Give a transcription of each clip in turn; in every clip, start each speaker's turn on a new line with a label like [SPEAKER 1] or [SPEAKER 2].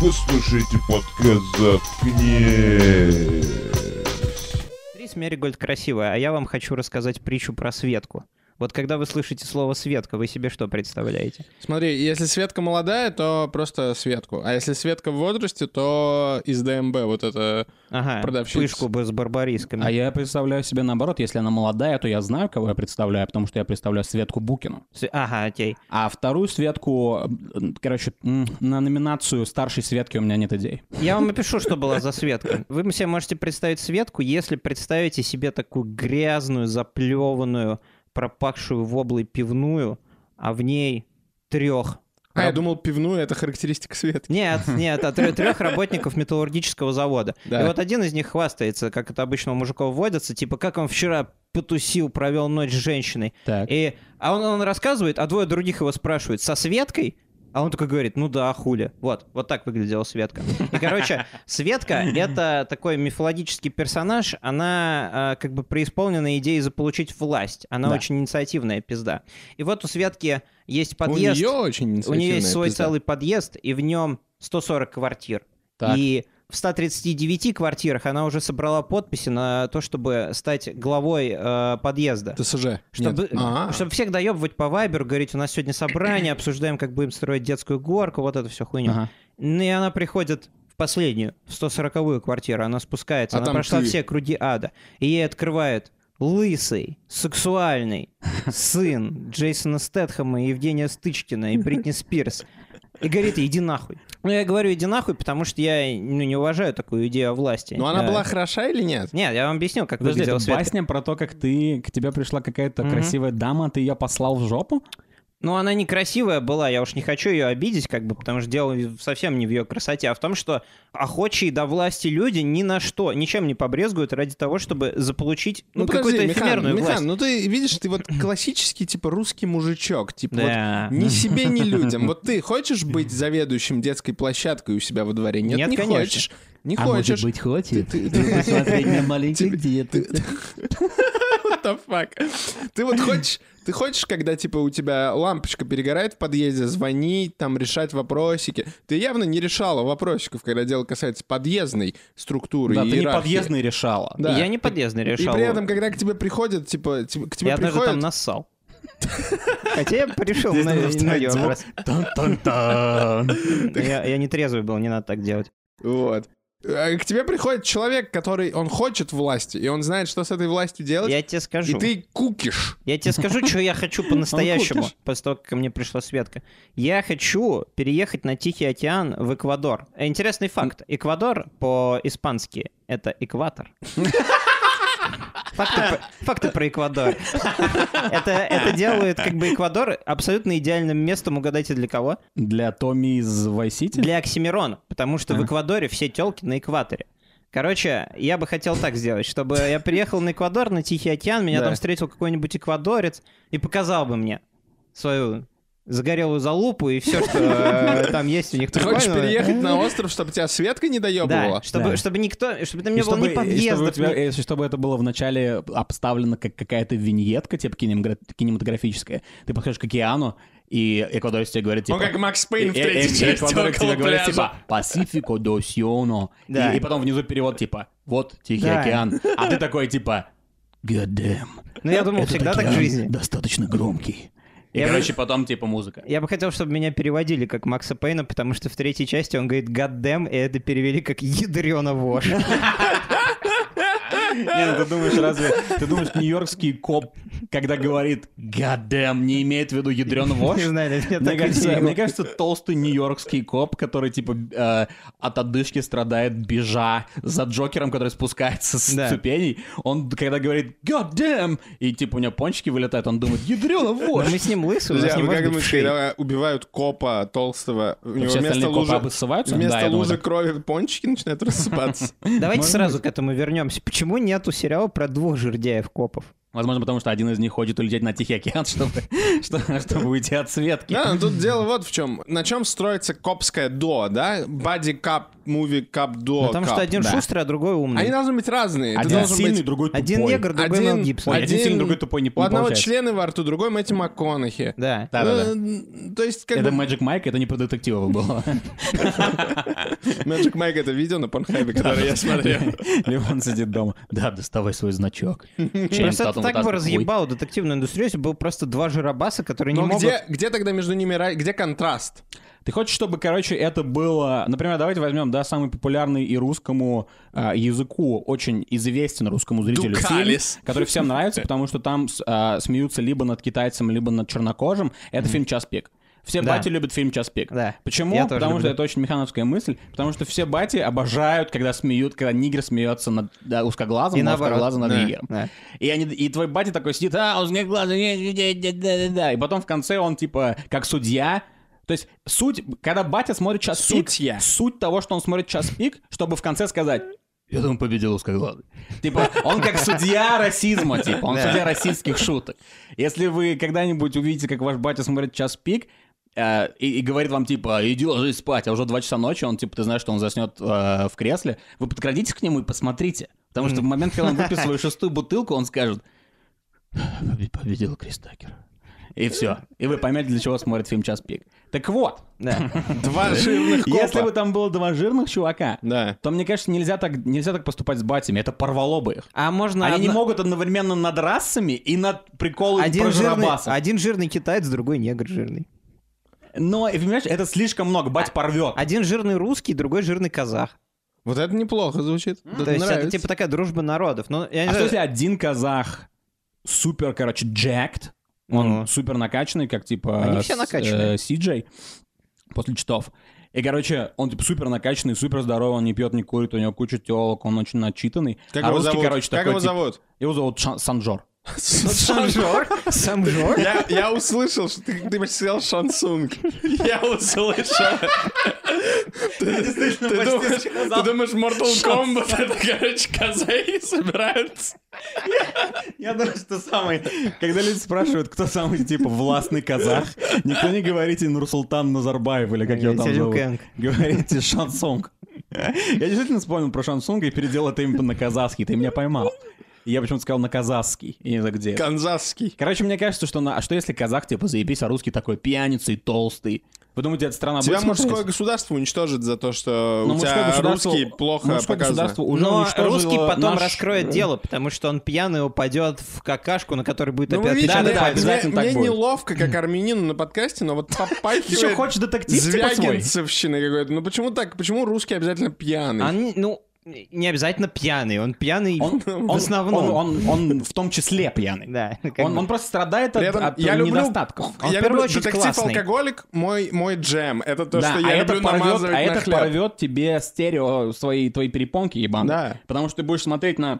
[SPEAKER 1] Вы слушаете подкаст «Заткнись».
[SPEAKER 2] Трис Меригольд красивая, а я вам хочу рассказать притчу про Светку. Вот когда вы слышите слово «Светка», вы себе что представляете?
[SPEAKER 3] Смотри, если Светка молодая, то просто Светку. А если Светка в возрасте, то из ДМБ вот это...
[SPEAKER 2] Ага,
[SPEAKER 3] Продавщица.
[SPEAKER 2] пышку бы с барбарисками.
[SPEAKER 4] А я представляю себе наоборот, если она молодая, то я знаю, кого я представляю, потому что я представляю Светку Букину.
[SPEAKER 2] С- Ага, окей.
[SPEAKER 4] А вторую Светку, м, короче, м, на номинацию старшей Светки у меня нет идей.
[SPEAKER 2] Я вам напишу, что была за Светка. Вы себе можете представить Светку, если представите себе такую грязную, заплеванную, пропахшую в облой пивную, а в ней трех.
[SPEAKER 3] А я думал, пивную — это характеристика Светки.
[SPEAKER 2] Нет, нет, а трех работников металлургического завода.
[SPEAKER 3] Да.
[SPEAKER 2] И вот один из них хвастается, как это обычно у мужиков вводится, типа, как он вчера потусил, провел ночь с женщиной.
[SPEAKER 4] Так.
[SPEAKER 2] И, а он, он рассказывает, а двое других его спрашивают, со Светкой? А он такой говорит, ну да, хули. Вот, вот так выглядела Светка. И, короче, Светка — это такой мифологический персонаж, она э, как бы преисполнена идеей заполучить власть. Она
[SPEAKER 4] Да.
[SPEAKER 2] очень инициативная пизда. И вот у Светки есть
[SPEAKER 3] У
[SPEAKER 2] подъезд.
[SPEAKER 3] нее очень
[SPEAKER 2] У нее есть
[SPEAKER 3] инициативная
[SPEAKER 2] свой
[SPEAKER 3] пизда.
[SPEAKER 2] целый подъезд, и в нем 140 квартир.
[SPEAKER 4] Так.
[SPEAKER 2] И в 139 квартирах она уже собрала подписи на то, чтобы стать главой э, подъезда.
[SPEAKER 3] ТСЖ.
[SPEAKER 2] Чтобы,
[SPEAKER 3] Нет. А,
[SPEAKER 2] чтобы всех доебывать по вайберу, говорить, у нас сегодня собрание, обсуждаем, как будем строить детскую горку, вот это все хуйня.
[SPEAKER 4] Ага.
[SPEAKER 2] Ну и она приходит в последнюю, в 140-ю квартиру, она спускается,
[SPEAKER 3] А
[SPEAKER 2] она
[SPEAKER 3] там
[SPEAKER 2] прошла
[SPEAKER 3] ты.
[SPEAKER 2] все круги ада, и ей открывают лысый, сексуальный сын Джейсона Стэтхэма и Евгения Стычкина и Бритни Спирс. И говорит, ей, иди нахуй. Ну, я говорю, иди нахуй, потому что я ну, не уважаю такую идею о власти.
[SPEAKER 3] Но ну она
[SPEAKER 2] Э,
[SPEAKER 3] была хороша или нет?
[SPEAKER 2] Нет, я вам объяснил, как
[SPEAKER 4] Подожди,
[SPEAKER 2] выглядела
[SPEAKER 4] это
[SPEAKER 2] Светка.
[SPEAKER 4] басня про то, как ты, к тебе пришла какая-то
[SPEAKER 2] Мгм.
[SPEAKER 4] красивая дама, ты ее послал в жопу?
[SPEAKER 2] Ну, она некрасивая была, я уж не хочу ее обидеть, как бы, потому что дело в- совсем не в ее красоте, а в том, что охочие до власти люди ни на что, ничем не побрезгуют ради того, чтобы заполучить ну,
[SPEAKER 3] подожди,
[SPEAKER 2] какую-то
[SPEAKER 3] Михан,
[SPEAKER 2] эфемерную
[SPEAKER 3] Михан,
[SPEAKER 2] власть.
[SPEAKER 3] ну ты видишь, ты вот классический, типа, русский мужичок. Типа, вот
[SPEAKER 2] Да.
[SPEAKER 3] Ни себе, ни людям. Вот ты хочешь быть заведующим детской площадкой у себя во дворе? Нет,
[SPEAKER 2] Нет,
[SPEAKER 3] не
[SPEAKER 2] конечно. А
[SPEAKER 3] хочешь. Не хочешь.
[SPEAKER 4] быть, хочет?
[SPEAKER 3] Ты- ты-
[SPEAKER 4] посмотреть на маленьких деток.
[SPEAKER 3] What the fuck? Ты вот хочешь, ты хочешь, когда, типа, у тебя лампочка перегорает в подъезде, звонить, там, решать вопросики. Ты явно не решала вопросиков, когда дело касается подъездной структуры
[SPEAKER 4] Да,
[SPEAKER 3] и
[SPEAKER 4] ты не
[SPEAKER 3] иерархии.
[SPEAKER 4] подъездный решала.
[SPEAKER 3] да.
[SPEAKER 2] Я не подъездный
[SPEAKER 3] И
[SPEAKER 2] решал.
[SPEAKER 3] при этом, когда к тебе приходят, типа, ти- к тебе
[SPEAKER 2] я однажды
[SPEAKER 3] приходят...
[SPEAKER 2] там нассал. Хотя я пришел
[SPEAKER 4] Здесь
[SPEAKER 2] на,
[SPEAKER 4] должен
[SPEAKER 2] на
[SPEAKER 4] вставить
[SPEAKER 2] её
[SPEAKER 4] звук.
[SPEAKER 2] образ.
[SPEAKER 4] Тан-тан-тан.
[SPEAKER 2] Я, я не трезвый был, не надо так делать.
[SPEAKER 3] Вот. А К тебе приходит человек, который, он хочет власти, и он знает, что с этой властью делать.
[SPEAKER 2] Я тебе скажу.
[SPEAKER 3] И ты кукиш.
[SPEAKER 2] Я тебе скажу, что я хочу по-настоящему,
[SPEAKER 4] купишь?
[SPEAKER 2] после того, как ко мне пришла Светка. Я хочу переехать на Тихий океан в Эквадор. Э, Интересный факт. Эквадор по-испански — это экватор. Факты про, факты про Эквадор. Это, это делает как бы Эквадор абсолютно идеальным местом, угадайте для кого?
[SPEAKER 4] Для Томми из Вайсити?
[SPEAKER 2] Для Оксимирона, потому что в
[SPEAKER 4] Ага.
[SPEAKER 2] Эквадоре все телки на экваторе. Короче, я бы хотел так сделать, чтобы я приехал на Эквадор, на Тихий океан, меня
[SPEAKER 3] Да.
[SPEAKER 2] там встретил какой-нибудь эквадорец и показал бы мне свою загорелую залупу и все, что э, там есть у них.
[SPEAKER 3] Ты хочешь
[SPEAKER 2] прикольного.
[SPEAKER 3] переехать на остров, чтобы тебя Светка не доебывала?
[SPEAKER 2] Да, чтобы,
[SPEAKER 4] Да.
[SPEAKER 2] чтобы никто, чтобы там
[SPEAKER 4] И
[SPEAKER 2] не было ни
[SPEAKER 4] чтобы- и Чтобы, у
[SPEAKER 2] подъездов,
[SPEAKER 4] тебя-
[SPEAKER 2] ни-
[SPEAKER 4] и чтобы это было вначале обставлено как какая-то виньетка, типа кинемгра- кинематографическая. Ты подходишь к океану, и Эквадорец тебе говорит, типа... э,
[SPEAKER 3] Он Ну, как Макс
[SPEAKER 4] И- и-
[SPEAKER 3] Пейн в
[SPEAKER 4] и- и
[SPEAKER 3] третьей части
[SPEAKER 4] Эквадорец тебе
[SPEAKER 3] около
[SPEAKER 4] говорит,
[SPEAKER 3] пляжа.
[SPEAKER 4] типа, «Пасифико до Сионо». И-
[SPEAKER 2] Да.
[SPEAKER 4] И потом внизу перевод, типа, «Вот Тихий
[SPEAKER 2] Да.
[SPEAKER 4] океан». А ты такой, типа, «God damn,
[SPEAKER 2] Ну, я думал,
[SPEAKER 4] этот
[SPEAKER 2] всегда так в
[SPEAKER 4] океан
[SPEAKER 2] жизни.
[SPEAKER 4] достаточно громкий». И,
[SPEAKER 2] Я бы-
[SPEAKER 4] короче, потом, типа, музыка.
[SPEAKER 2] Я бы хотел, чтобы меня переводили как Макса Пейна, потому что в третьей части он говорит «гаддем», и это перевели как «ядрёно вошь».
[SPEAKER 4] Не, ну ты думаешь, разве... Ты думаешь, нью-йоркский коп, когда говорит «God damn», не имеет в виду ядрёный вошь?
[SPEAKER 2] Не знаю, мне так
[SPEAKER 4] Мне
[SPEAKER 2] и
[SPEAKER 4] кажется,
[SPEAKER 2] было.
[SPEAKER 4] мне кажется, толстый нью-йоркский коп, который, типа, э, от одышки страдает, бежа за Джокером, который спускается с
[SPEAKER 2] Да.
[SPEAKER 4] ступеней, он, когда говорит «God damn!» и, типа, у него пончики вылетают, он думает «Ядрёно,
[SPEAKER 2] Но
[SPEAKER 4] вот!»
[SPEAKER 2] мы с ним лысый, у нас не
[SPEAKER 3] Друзья, а вы
[SPEAKER 2] может
[SPEAKER 3] как
[SPEAKER 2] быть
[SPEAKER 3] думаете,
[SPEAKER 2] вшей.
[SPEAKER 3] когда убивают копа толстого, у него вместо
[SPEAKER 4] Все остальные копы
[SPEAKER 3] лужи,
[SPEAKER 4] обоссываются?
[SPEAKER 3] вместо
[SPEAKER 4] Да, я думаю,
[SPEAKER 3] лужи
[SPEAKER 4] так.
[SPEAKER 3] крови пончики начинают рассыпаться.
[SPEAKER 2] Давайте
[SPEAKER 4] Может
[SPEAKER 2] сразу
[SPEAKER 4] быть.
[SPEAKER 2] к этому вернемся. Почему нету сериала про двух жердяев копов?
[SPEAKER 4] Возможно, потому что один из них хочет улететь на Тихий океан, чтобы, что- чтобы уйти от Светки.
[SPEAKER 3] Да, но тут дело вот в чем. На чем строится копское до, да? Бади кап, муви кап,
[SPEAKER 4] Ну,
[SPEAKER 3] до.
[SPEAKER 2] Потому
[SPEAKER 3] кап.
[SPEAKER 2] что один
[SPEAKER 4] да.
[SPEAKER 2] шустрый, а другой умный.
[SPEAKER 3] Они должны быть разные. Ты
[SPEAKER 4] Один
[SPEAKER 3] должен
[SPEAKER 4] сильный,
[SPEAKER 3] быть-
[SPEAKER 4] другой тупой.
[SPEAKER 2] Один негр, другой
[SPEAKER 3] Один-
[SPEAKER 2] Мел Гибсон.
[SPEAKER 4] Ой, один сильный, другой тупой, не- не
[SPEAKER 3] У одного
[SPEAKER 4] получается.
[SPEAKER 3] члены во рту, другой Мэтти МакКонахи.
[SPEAKER 2] Да.
[SPEAKER 4] Да, да, да.
[SPEAKER 3] Ну, То есть, как
[SPEAKER 4] Это
[SPEAKER 3] бы,
[SPEAKER 4] Magic Mike, это не про детективов было.
[SPEAKER 3] Magic Mike это видео на Порнхабе, которое я смотрел.
[SPEAKER 4] Леон сидит дома. Да, доставай свой значок.
[SPEAKER 2] Просто это так бы разъебало детективную индустрию, если бы было просто два жиробаса, которые не
[SPEAKER 3] Но
[SPEAKER 2] могут...
[SPEAKER 3] Ну, где, где тогда между ними, рай- где контраст?
[SPEAKER 4] Ты хочешь, чтобы, короче, это было... Например, давайте возьмем, да, самый популярный и русскому а, языку, очень известен русскому зрителю фильм,
[SPEAKER 3] Дукалис.
[SPEAKER 4] который всем нравится, потому что там с- а, смеются либо над китайцем, либо над чернокожим. Это фильм «Час пик». Все
[SPEAKER 2] Да.
[SPEAKER 4] бати любят фильм «Час пик».
[SPEAKER 2] Да.
[SPEAKER 4] Почему?
[SPEAKER 2] Я тоже
[SPEAKER 4] потому что
[SPEAKER 2] люблю.
[SPEAKER 4] это очень механовская мысль, потому что все бати обожают, когда смеют, когда нигер смеется над да, узкоглазым,
[SPEAKER 2] И
[SPEAKER 4] а
[SPEAKER 2] наоборот.
[SPEAKER 4] узкоглазым над
[SPEAKER 2] Да,
[SPEAKER 4] нигером.
[SPEAKER 2] да.
[SPEAKER 4] И, они, и твой батя такой сидит, а, узкоглазый, не- не- не- да, да, да». И потом в конце он, типа, как судья, то есть суть, когда батя смотрит час пик,
[SPEAKER 3] Судья.
[SPEAKER 4] суть того, что он смотрит час пик, чтобы в конце сказать, я думаю, победил узкоглазый. Типа, он как судья расизма, типа, он
[SPEAKER 2] Да.
[SPEAKER 4] судья российских шуток. Если вы когда-нибудь увидите, как ваш батя смотрит час пик, э, и, и говорит вам, типа, иди ложись спать, а уже 2 часа ночи, он, типа, ты знаешь, что он заснет э, в кресле, вы подкрадитесь к нему и посмотрите. Потому что в момент, когда он выпьет свою шестую бутылку, он скажет, «Побе- победил Кристакер. И все. И вы поймете, для чего смотрит фильм «Час пик». Так вот,
[SPEAKER 2] Да.
[SPEAKER 3] Два жирных копа.
[SPEAKER 4] если бы там было два жирных чувака,
[SPEAKER 3] Да.
[SPEAKER 4] то, мне кажется, нельзя так, нельзя так поступать с батями. Это порвало бы их.
[SPEAKER 2] А можно...
[SPEAKER 4] Они не
[SPEAKER 2] одно-
[SPEAKER 4] могут одновременно над расами и над приколами про
[SPEAKER 2] Один жирный,
[SPEAKER 4] жиробасов.
[SPEAKER 2] один жирный китаец, другой негр жирный.
[SPEAKER 4] Но, и понимаешь, это слишком много. Бать порвет.
[SPEAKER 2] Один жирный русский, другой жирный казах.
[SPEAKER 3] Вот это неплохо звучит.
[SPEAKER 2] То есть это типа такая дружба народов. Ну, я не
[SPEAKER 4] А
[SPEAKER 2] знаю,
[SPEAKER 4] что если один казах супер, короче, jacked, он
[SPEAKER 2] Ну.
[SPEAKER 4] супер накачанный, как типа...
[SPEAKER 2] Они все
[SPEAKER 4] с-
[SPEAKER 2] накачанные.
[SPEAKER 4] э, Сиджей после читов. И, короче, он типа супер накачанный, супер здоровый, он не пьет, не курит, у него куча телок, он очень начитанный.
[SPEAKER 3] Как
[SPEAKER 4] а
[SPEAKER 3] его
[SPEAKER 4] русский,
[SPEAKER 3] зовут?
[SPEAKER 4] короче,
[SPEAKER 3] Как
[SPEAKER 4] такой,
[SPEAKER 3] его
[SPEAKER 4] типа,
[SPEAKER 3] зовут?
[SPEAKER 4] Его зовут Ша- Санжор.
[SPEAKER 2] Самжор? Самжор?
[SPEAKER 3] Я, я услышал, что ты, ты почти сказал Шансунг. Я услышал. Ты, ты думаешь, ты думаешь, Mortal Kombat это, короче, казаи собираются?
[SPEAKER 4] Я думаю, что самый... Когда люди спрашивают, кто самый, типа, властный казах, никто не говорите Нурсултан Назарбаев или как его там
[SPEAKER 2] Тянюк
[SPEAKER 4] зовут.
[SPEAKER 2] Энг.
[SPEAKER 4] Говорите Шансонг. Я действительно вспомнил про Шансонга и переделал это именно на казахский. Ты меня поймал. И Я почему-то сказал на казахский. Я не знаю, где. это.
[SPEAKER 3] Канзасский.
[SPEAKER 4] Короче, мне кажется, что на... А что если казах, типа, заебись, а русский такой пьяница и толстый? Вы думаете, эта страна
[SPEAKER 3] Тебя
[SPEAKER 4] будет
[SPEAKER 3] А мужское
[SPEAKER 4] смотреть?
[SPEAKER 3] государство уничтожит за то, что
[SPEAKER 4] Но
[SPEAKER 3] у
[SPEAKER 4] мужское
[SPEAKER 3] тебя
[SPEAKER 4] государство-
[SPEAKER 3] русский плохо
[SPEAKER 4] мужское
[SPEAKER 3] показано. Э,
[SPEAKER 4] государство уже
[SPEAKER 2] Но
[SPEAKER 4] уничтожило
[SPEAKER 2] русский потом
[SPEAKER 4] наш- э,
[SPEAKER 2] раскроет дело, потому что он пьяный упадет в какашку, на которой будет
[SPEAKER 3] Ну, вы
[SPEAKER 2] опять
[SPEAKER 3] видите,
[SPEAKER 4] да,
[SPEAKER 2] отпечаток
[SPEAKER 3] мне-
[SPEAKER 4] да,
[SPEAKER 2] пальцев.
[SPEAKER 4] обязательно так
[SPEAKER 3] мне
[SPEAKER 4] будет.
[SPEAKER 3] неловко, как армянину на подкасте, но вот
[SPEAKER 4] Ты что,
[SPEAKER 3] попахивает
[SPEAKER 4] хочешь детектив, типа, свой?
[SPEAKER 3] звягинцевщины какой-то. Ну почему так? Почему русский обязательно пьяный?
[SPEAKER 2] Они- Ну, не обязательно пьяный, ну, он пьяный
[SPEAKER 4] Он,
[SPEAKER 2] в
[SPEAKER 4] он-
[SPEAKER 2] основном.
[SPEAKER 4] Он, он- он в том числе пьяный.
[SPEAKER 2] Да, как
[SPEAKER 4] Он,
[SPEAKER 2] бы.
[SPEAKER 4] он просто страдает от,
[SPEAKER 3] При этом
[SPEAKER 4] от
[SPEAKER 3] я люблю-
[SPEAKER 4] недостатков.
[SPEAKER 2] Он,
[SPEAKER 3] я
[SPEAKER 2] в первую
[SPEAKER 3] люблю
[SPEAKER 2] очередь, классный.
[SPEAKER 3] детектив-алкоголик, мой, мой джем. Это то,
[SPEAKER 4] Да,
[SPEAKER 3] что я
[SPEAKER 4] а
[SPEAKER 3] люблю
[SPEAKER 4] это порвет,
[SPEAKER 3] намазывать
[SPEAKER 4] а
[SPEAKER 3] на
[SPEAKER 4] это
[SPEAKER 3] хлеб.
[SPEAKER 4] порвет тебе стерео свои твои перепонки ебаные.
[SPEAKER 3] Да.
[SPEAKER 4] Потому что ты будешь смотреть на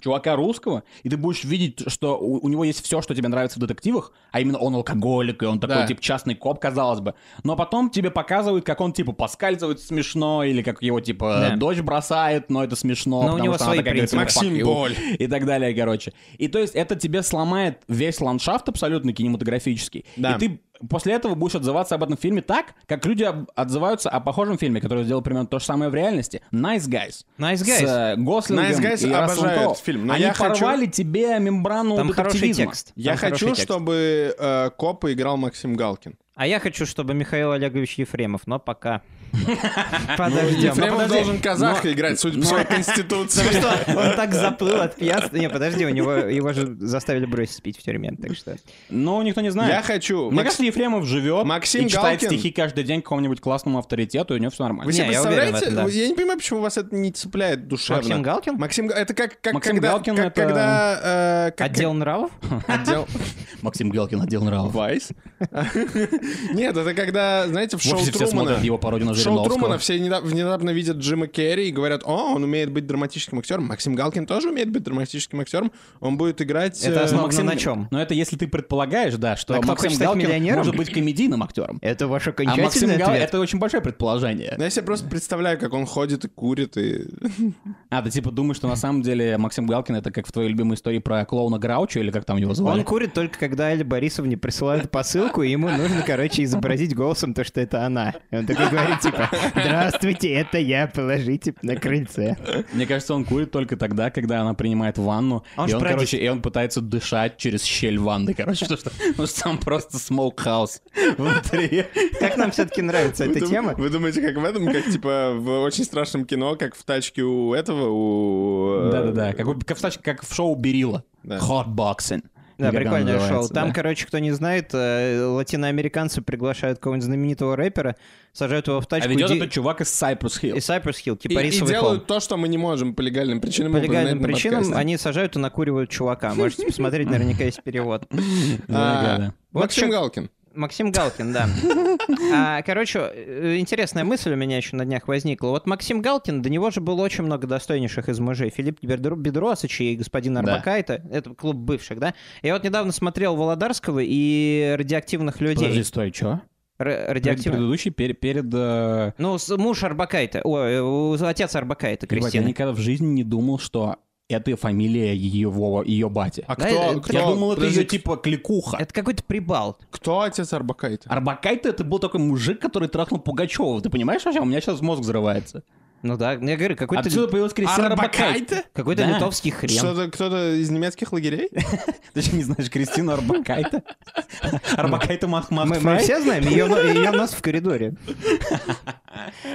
[SPEAKER 4] чувака русского, и ты будешь видеть, что у, у него есть все, что тебе нравится в детективах, а именно он алкоголик, и он такой,
[SPEAKER 3] Да.
[SPEAKER 4] типа, частный коп, казалось бы. Но потом тебе показывают, как он, типа, поскальзывается смешно, или как его, типа,
[SPEAKER 2] Да.
[SPEAKER 4] дочь бросает, но это смешно,
[SPEAKER 2] Но у
[SPEAKER 4] потому
[SPEAKER 2] него
[SPEAKER 4] что
[SPEAKER 2] свои
[SPEAKER 4] она такая, говорит,
[SPEAKER 2] принципы.
[SPEAKER 4] «Ну, fuck
[SPEAKER 3] Максим
[SPEAKER 4] you».
[SPEAKER 3] Боль.
[SPEAKER 4] и так далее, короче. И то есть это тебе сломает весь ландшафт абсолютно кинематографический.
[SPEAKER 3] Да.
[SPEAKER 4] И ты после этого будешь отзываться об этом фильме так, как люди об- отзываются о похожем фильме, который сделал примерно то же самое в реальности. Nice Guys.
[SPEAKER 2] Nice
[SPEAKER 4] С
[SPEAKER 2] Guys.
[SPEAKER 4] э, Гослингом
[SPEAKER 3] Nice Guys
[SPEAKER 4] и Расселом
[SPEAKER 3] обожаю
[SPEAKER 4] Кроу.
[SPEAKER 3] этот фильм, но
[SPEAKER 4] Они
[SPEAKER 3] я хочу-
[SPEAKER 4] порвали тебе мембрану
[SPEAKER 2] Там хороший
[SPEAKER 4] детективизма.
[SPEAKER 2] текст.
[SPEAKER 3] Я
[SPEAKER 2] Там хороший
[SPEAKER 3] хочу,
[SPEAKER 2] текст.
[SPEAKER 3] чтобы э, копа играл Максим Галкин.
[SPEAKER 2] А я хочу, чтобы Михаил Олегович Ефремов, но пока.
[SPEAKER 4] Ну,
[SPEAKER 2] А Подождем.
[SPEAKER 3] Ефремов
[SPEAKER 4] подожди,
[SPEAKER 3] должен казаха играть, судя по своей конституции.
[SPEAKER 2] Он так заплыл от пьянства. Не, подожди, у него его же заставили бросить пить в тюрьме, так что.
[SPEAKER 4] Но никто не знает.
[SPEAKER 3] Я хочу...
[SPEAKER 4] Мне
[SPEAKER 3] Макс-
[SPEAKER 4] кажется, Ефремов живет
[SPEAKER 3] Максим
[SPEAKER 4] и читает
[SPEAKER 3] Галкин-
[SPEAKER 4] стихи каждый день какому-нибудь классному авторитету, и у него все нормально.
[SPEAKER 3] Вы себе
[SPEAKER 2] Не, я уверен в
[SPEAKER 3] представляете?
[SPEAKER 2] этом, да.
[SPEAKER 3] Я не понимаю, почему вас это не цепляет душевно.
[SPEAKER 2] Максим Галкин?
[SPEAKER 3] Максим Га- Это как, как
[SPEAKER 4] Максим
[SPEAKER 3] когда...
[SPEAKER 4] Галкин
[SPEAKER 3] как
[SPEAKER 4] это-
[SPEAKER 3] когда, э, как-
[SPEAKER 2] Отдел нравов?
[SPEAKER 3] как- Отдел...
[SPEAKER 4] Максим Галкин отдел нравов.
[SPEAKER 3] Вайс. Нет, это когда, знаете, в
[SPEAKER 4] В
[SPEAKER 3] шоу
[SPEAKER 4] офисе все
[SPEAKER 3] Трумана...
[SPEAKER 4] смотрят его пародию на
[SPEAKER 3] В шоу
[SPEAKER 4] Жириновского.
[SPEAKER 3] Трумана все неда- внезапно видят Джима Керри и говорят, о, он умеет быть драматическим актером. Максим Галкин тоже умеет быть драматическим актером. Он будет играть...
[SPEAKER 2] Это
[SPEAKER 3] э,
[SPEAKER 4] Ну,
[SPEAKER 2] основ- Максим на чём?
[SPEAKER 4] Но это если ты предполагаешь, да, что
[SPEAKER 2] А кто
[SPEAKER 4] Максим
[SPEAKER 2] хочет стать
[SPEAKER 4] Галкин
[SPEAKER 2] миллионером?
[SPEAKER 4] может быть комедийным актером.
[SPEAKER 2] Это ваш
[SPEAKER 4] А Максим
[SPEAKER 2] окончательный
[SPEAKER 4] Галкин —
[SPEAKER 2] ответ?
[SPEAKER 4] это очень большое предположение.
[SPEAKER 3] Ну, я себе просто представляю, как он ходит и курит, и...
[SPEAKER 4] А, ты типа думаешь, что на самом деле Максим Галкин это как в твоей любимой истории про клоуна Граучо или как там его звали?
[SPEAKER 2] Он курит только когда Эль Борисовне присылают посылку, и ему нужно, короче, изобразить голосом то, что это она. И он такой говорит, типа, «Здравствуйте, это я, положите на крыльце».
[SPEAKER 4] Мне кажется, он курит только тогда, когда она принимает ванну,
[SPEAKER 2] А он
[SPEAKER 4] и
[SPEAKER 2] же
[SPEAKER 4] он,
[SPEAKER 2] продюсер.
[SPEAKER 4] короче, и он пытается дышать через щель ванны, короче, потому что, потому что там просто смоук-хаус внутри.
[SPEAKER 2] Как нам все-таки нравится
[SPEAKER 3] Вы
[SPEAKER 2] эта
[SPEAKER 3] дум-
[SPEAKER 2] тема?
[SPEAKER 3] Вы думаете, как в этом, как, типа, в очень страшном кино, как в тачке у этого, у... э,
[SPEAKER 4] Да-да-да, как, у- как в тач- как в шоу Берила.
[SPEAKER 3] Да.
[SPEAKER 4] Hotboxing.
[SPEAKER 2] Да,
[SPEAKER 4] Никогда
[SPEAKER 2] прикольное шоу.
[SPEAKER 4] называется,
[SPEAKER 2] Там,
[SPEAKER 4] да.
[SPEAKER 2] короче, кто не знает, э, латиноамериканцы приглашают какого-нибудь знаменитого рэпера, сажают его в
[SPEAKER 4] А
[SPEAKER 2] тачку и
[SPEAKER 4] ведет
[SPEAKER 2] ди-
[SPEAKER 4] этот чувак из Cypress
[SPEAKER 2] и
[SPEAKER 4] Hill.
[SPEAKER 2] Cypress Hill,
[SPEAKER 3] И,
[SPEAKER 2] типа
[SPEAKER 3] и
[SPEAKER 2] рисовый холм.
[SPEAKER 3] делают то, что мы не можем по легальным причинам.
[SPEAKER 2] По
[SPEAKER 3] упоминать
[SPEAKER 2] легальным
[SPEAKER 3] на
[SPEAKER 2] причинам
[SPEAKER 3] подкасте.
[SPEAKER 2] они сажают и накуривают чувака. Можете посмотреть, наверняка есть перевод.
[SPEAKER 3] А,
[SPEAKER 4] Да-да-да.
[SPEAKER 2] Вот
[SPEAKER 3] Максим
[SPEAKER 2] чё-
[SPEAKER 3] Галкин.
[SPEAKER 2] Максим Галкин, да. А, короче, э, интересная мысль у меня еще на днях возникла. Вот Максим Галкин, до него же было очень много достойнейших из мужей. Филипп Бедро- Бедросович и господин
[SPEAKER 4] Да.
[SPEAKER 2] Арбакайте. Это клуб бывших, да? Я вот недавно смотрел Володарского и радиоактивных
[SPEAKER 4] Подожди,
[SPEAKER 2] людей.
[SPEAKER 4] стой,
[SPEAKER 2] Р-
[SPEAKER 4] чё? Перед-
[SPEAKER 2] радиоактивных.
[SPEAKER 4] Предыдущий пер- перед... э,
[SPEAKER 2] Ну, с- муж Арбакайте. Ой, э, у- отец Арбакайте,
[SPEAKER 4] ебать, Я
[SPEAKER 2] Кристина.
[SPEAKER 4] никогда в жизни не думал, что это фамилия его, ее бати.
[SPEAKER 3] А
[SPEAKER 2] Да,
[SPEAKER 3] кто,
[SPEAKER 2] это-
[SPEAKER 3] кто-
[SPEAKER 4] Я думал, это
[SPEAKER 3] подожди,
[SPEAKER 4] ее типа кликуха.
[SPEAKER 2] Это какой-то прибал.
[SPEAKER 3] Кто отец Арбакайта?
[SPEAKER 4] Арбакайте это был такой мужик, который трахнул Пугачева. Ты понимаешь вообще? У меня сейчас мозг взрывается.
[SPEAKER 2] Ну да, я говорю, какой-то
[SPEAKER 4] Отсюда
[SPEAKER 2] ли-
[SPEAKER 4] появилась Кристина Арбакайте?
[SPEAKER 2] какой-то
[SPEAKER 4] Да.
[SPEAKER 2] литовский хрен.
[SPEAKER 3] Что-то кто-то из немецких лагерей?
[SPEAKER 4] Ты же не знаешь Кристину Арбакайте? Арбакайте Махмад
[SPEAKER 2] Мы, мы
[SPEAKER 4] Фрай?
[SPEAKER 2] все знаем, ее, ее нос в коридоре.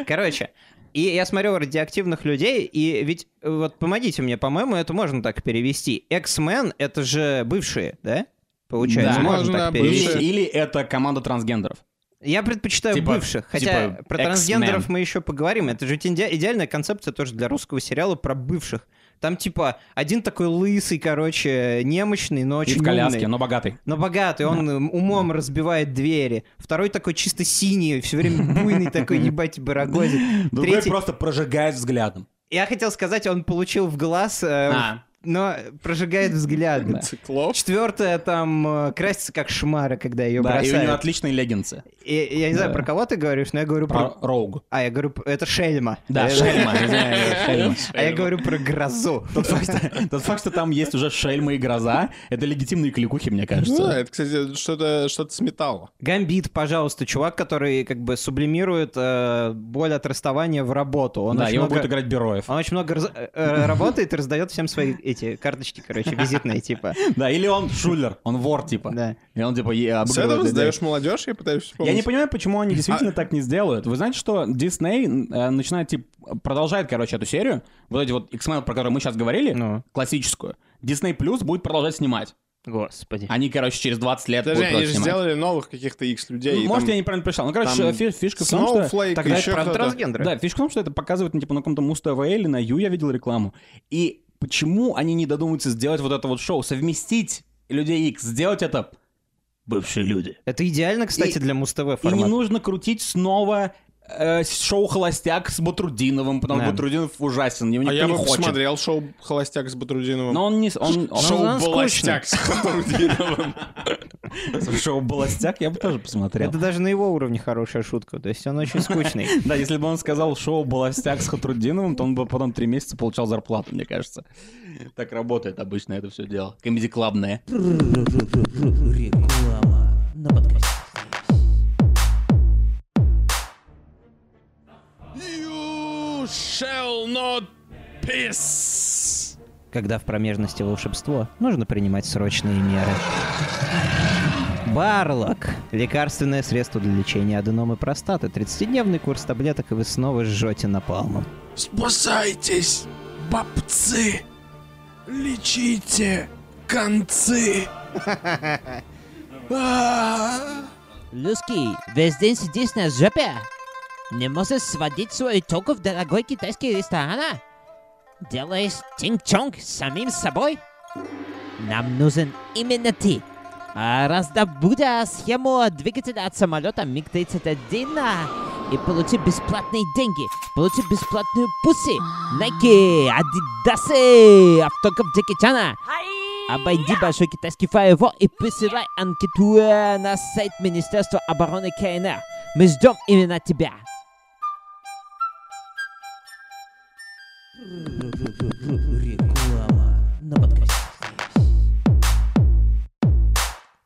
[SPEAKER 2] Короче, и я смотрел радиоактивных людей, и ведь, э, вот помогите мне, по-моему, это можно так перевести. X-Men — это же бывшие, да? Получается,
[SPEAKER 4] Да.
[SPEAKER 2] можно,
[SPEAKER 3] Можно,
[SPEAKER 2] так перевести.
[SPEAKER 4] Или, или это команда трансгендеров.
[SPEAKER 2] Я предпочитаю
[SPEAKER 4] Типа-
[SPEAKER 2] бывших, хотя
[SPEAKER 4] типа
[SPEAKER 2] про
[SPEAKER 4] X-Men.
[SPEAKER 2] трансгендеров мы еще поговорим. Это же ведь иде- идеальная концепция тоже для русского сериала про бывших. Там типа один такой лысый, короче, немощный, но
[SPEAKER 4] И
[SPEAKER 2] очень
[SPEAKER 4] в коляске,
[SPEAKER 2] умный.
[SPEAKER 4] но богатый.
[SPEAKER 2] Но богатый, он э, умом разбивает двери. Второй такой чисто синий, все время буйный такой, ебать, барагозит.
[SPEAKER 4] Другой
[SPEAKER 2] Третий-
[SPEAKER 4] просто прожигает взглядом.
[SPEAKER 2] Я хотел сказать, он получил в глаз, э,
[SPEAKER 4] А.
[SPEAKER 2] но прожигает взгляд.
[SPEAKER 3] Циклоп.
[SPEAKER 2] Четвертая там э, красится как шмара, когда ее
[SPEAKER 4] Да, и у него
[SPEAKER 2] бросают.
[SPEAKER 4] отличные леггинсы.
[SPEAKER 2] И- Я не знаю,
[SPEAKER 4] Да.
[SPEAKER 2] про кого ты говоришь, но я говорю про...
[SPEAKER 4] Про Роуг.
[SPEAKER 2] А, я говорю, про- это Шельма.
[SPEAKER 4] Да,
[SPEAKER 2] А я-
[SPEAKER 4] Шельма. извиняюсь, Шельма.
[SPEAKER 2] А я говорю про грозу.
[SPEAKER 4] Тот факт, что- тот факт, что там есть уже шельма и гроза, это легитимные кликухи, мне
[SPEAKER 3] Ну,
[SPEAKER 4] кажется.
[SPEAKER 3] это, кстати, что-то что с металла.
[SPEAKER 2] Гамбит, пожалуйста, чувак, который как бы сублимирует э, боль от расставания в работу. Он
[SPEAKER 4] Да,
[SPEAKER 2] очень
[SPEAKER 4] его
[SPEAKER 2] много-
[SPEAKER 4] будет играть Бероев.
[SPEAKER 2] Он очень много раз- э, э, работает и раздает всем свои эти карточки, короче, визитные, типа.
[SPEAKER 4] Да, или он шулер, он вор, типа.
[SPEAKER 2] Да.
[SPEAKER 4] И он типа е-
[SPEAKER 3] С
[SPEAKER 4] обыгрывает
[SPEAKER 3] этого А
[SPEAKER 4] людей.
[SPEAKER 3] раздаешь молодежь, я пытаюсь
[SPEAKER 4] Я
[SPEAKER 3] вспомнить.
[SPEAKER 4] не понимаю, почему они действительно так не сделают. Вы знаете, что Дисней э, начинает, типа, продолжает, короче, эту серию, вот эти вот X-Men, про которые мы сейчас говорили,
[SPEAKER 2] Ну.
[SPEAKER 4] классическую, Disney Plus будет продолжать снимать.
[SPEAKER 2] Господи.
[SPEAKER 4] Они, короче, через 20 лет
[SPEAKER 3] Подожди,
[SPEAKER 4] будут
[SPEAKER 3] они
[SPEAKER 4] продолжать
[SPEAKER 3] же
[SPEAKER 4] снимать.
[SPEAKER 3] сделали новых каких-то X-людей. и
[SPEAKER 4] Ну, Может,
[SPEAKER 3] там
[SPEAKER 4] я неправильно прочитал. Ну, короче,
[SPEAKER 3] там
[SPEAKER 4] фи- фишка в том, что...
[SPEAKER 3] Snowflake,
[SPEAKER 2] Тогда
[SPEAKER 3] еще
[SPEAKER 2] это про
[SPEAKER 3] кто-то.
[SPEAKER 2] трансгендера.
[SPEAKER 4] Да, фишка в том, что это показывают ну, типа, на каком-то Муз ТВ или на Ю я видел рекламу. И почему они не додумаются сделать вот это вот шоу, совместить Людей Икс, сделать это бывшие люди.
[SPEAKER 2] Это идеально, кстати,
[SPEAKER 4] И-
[SPEAKER 2] для Муз-ТВ
[SPEAKER 4] И не
[SPEAKER 2] формат.
[SPEAKER 4] нужно крутить снова э, шоу «Холостяк» с Батрудиновым, потому что
[SPEAKER 2] Да.
[SPEAKER 4] Батрудинов ужасен, его
[SPEAKER 3] А
[SPEAKER 4] никто
[SPEAKER 3] я
[SPEAKER 4] не
[SPEAKER 3] бы
[SPEAKER 4] хочет.
[SPEAKER 3] посмотрел шоу «Холостяк» с Батрудиновым.
[SPEAKER 4] Но он не... с- Он, он-
[SPEAKER 2] Шоу
[SPEAKER 3] шоу
[SPEAKER 2] он скучный.
[SPEAKER 3] «Холостяк» с Батрудиновым.
[SPEAKER 4] Шоу «Холостяк» я бы тоже посмотрел.
[SPEAKER 2] Это даже на его уровне хорошая шутка. То есть он очень скучный.
[SPEAKER 4] Да, если бы он сказал шоу «Баластяк» с Хатрудиновым, то он бы потом три месяца получал зарплату, мне кажется. Так работает обычно это все дело. Комедий-клабное.
[SPEAKER 3] You shall not piss.
[SPEAKER 2] Когда в промежности волшебство, нужно принимать срочные меры. Барлок. Лекарственное средство для лечения аденомы простаты. 30-дневный курс таблеток, и вы снова жжете напалмом.
[SPEAKER 5] Спасайтесь, бабцы! Лечите концы! А!
[SPEAKER 6] Луски, весь день сидишь на жопе? Не можешь сводить свой итог в дорогой китайский ресторан? а? Делаешь тинг-чонг самим собой? Нам нужен именно ты. а, раздобудя схему двигателя от самолета МиГ-31 а, и получи бесплатные деньги, получи бесплатную пуси, Nike, Адидасы, автограф Джеки Чана. Обойди большой китайский фаервол и присылай анкету э, на сайт Министерства обороны КНР. Мы ждем именно тебя. Реклама на подкасте.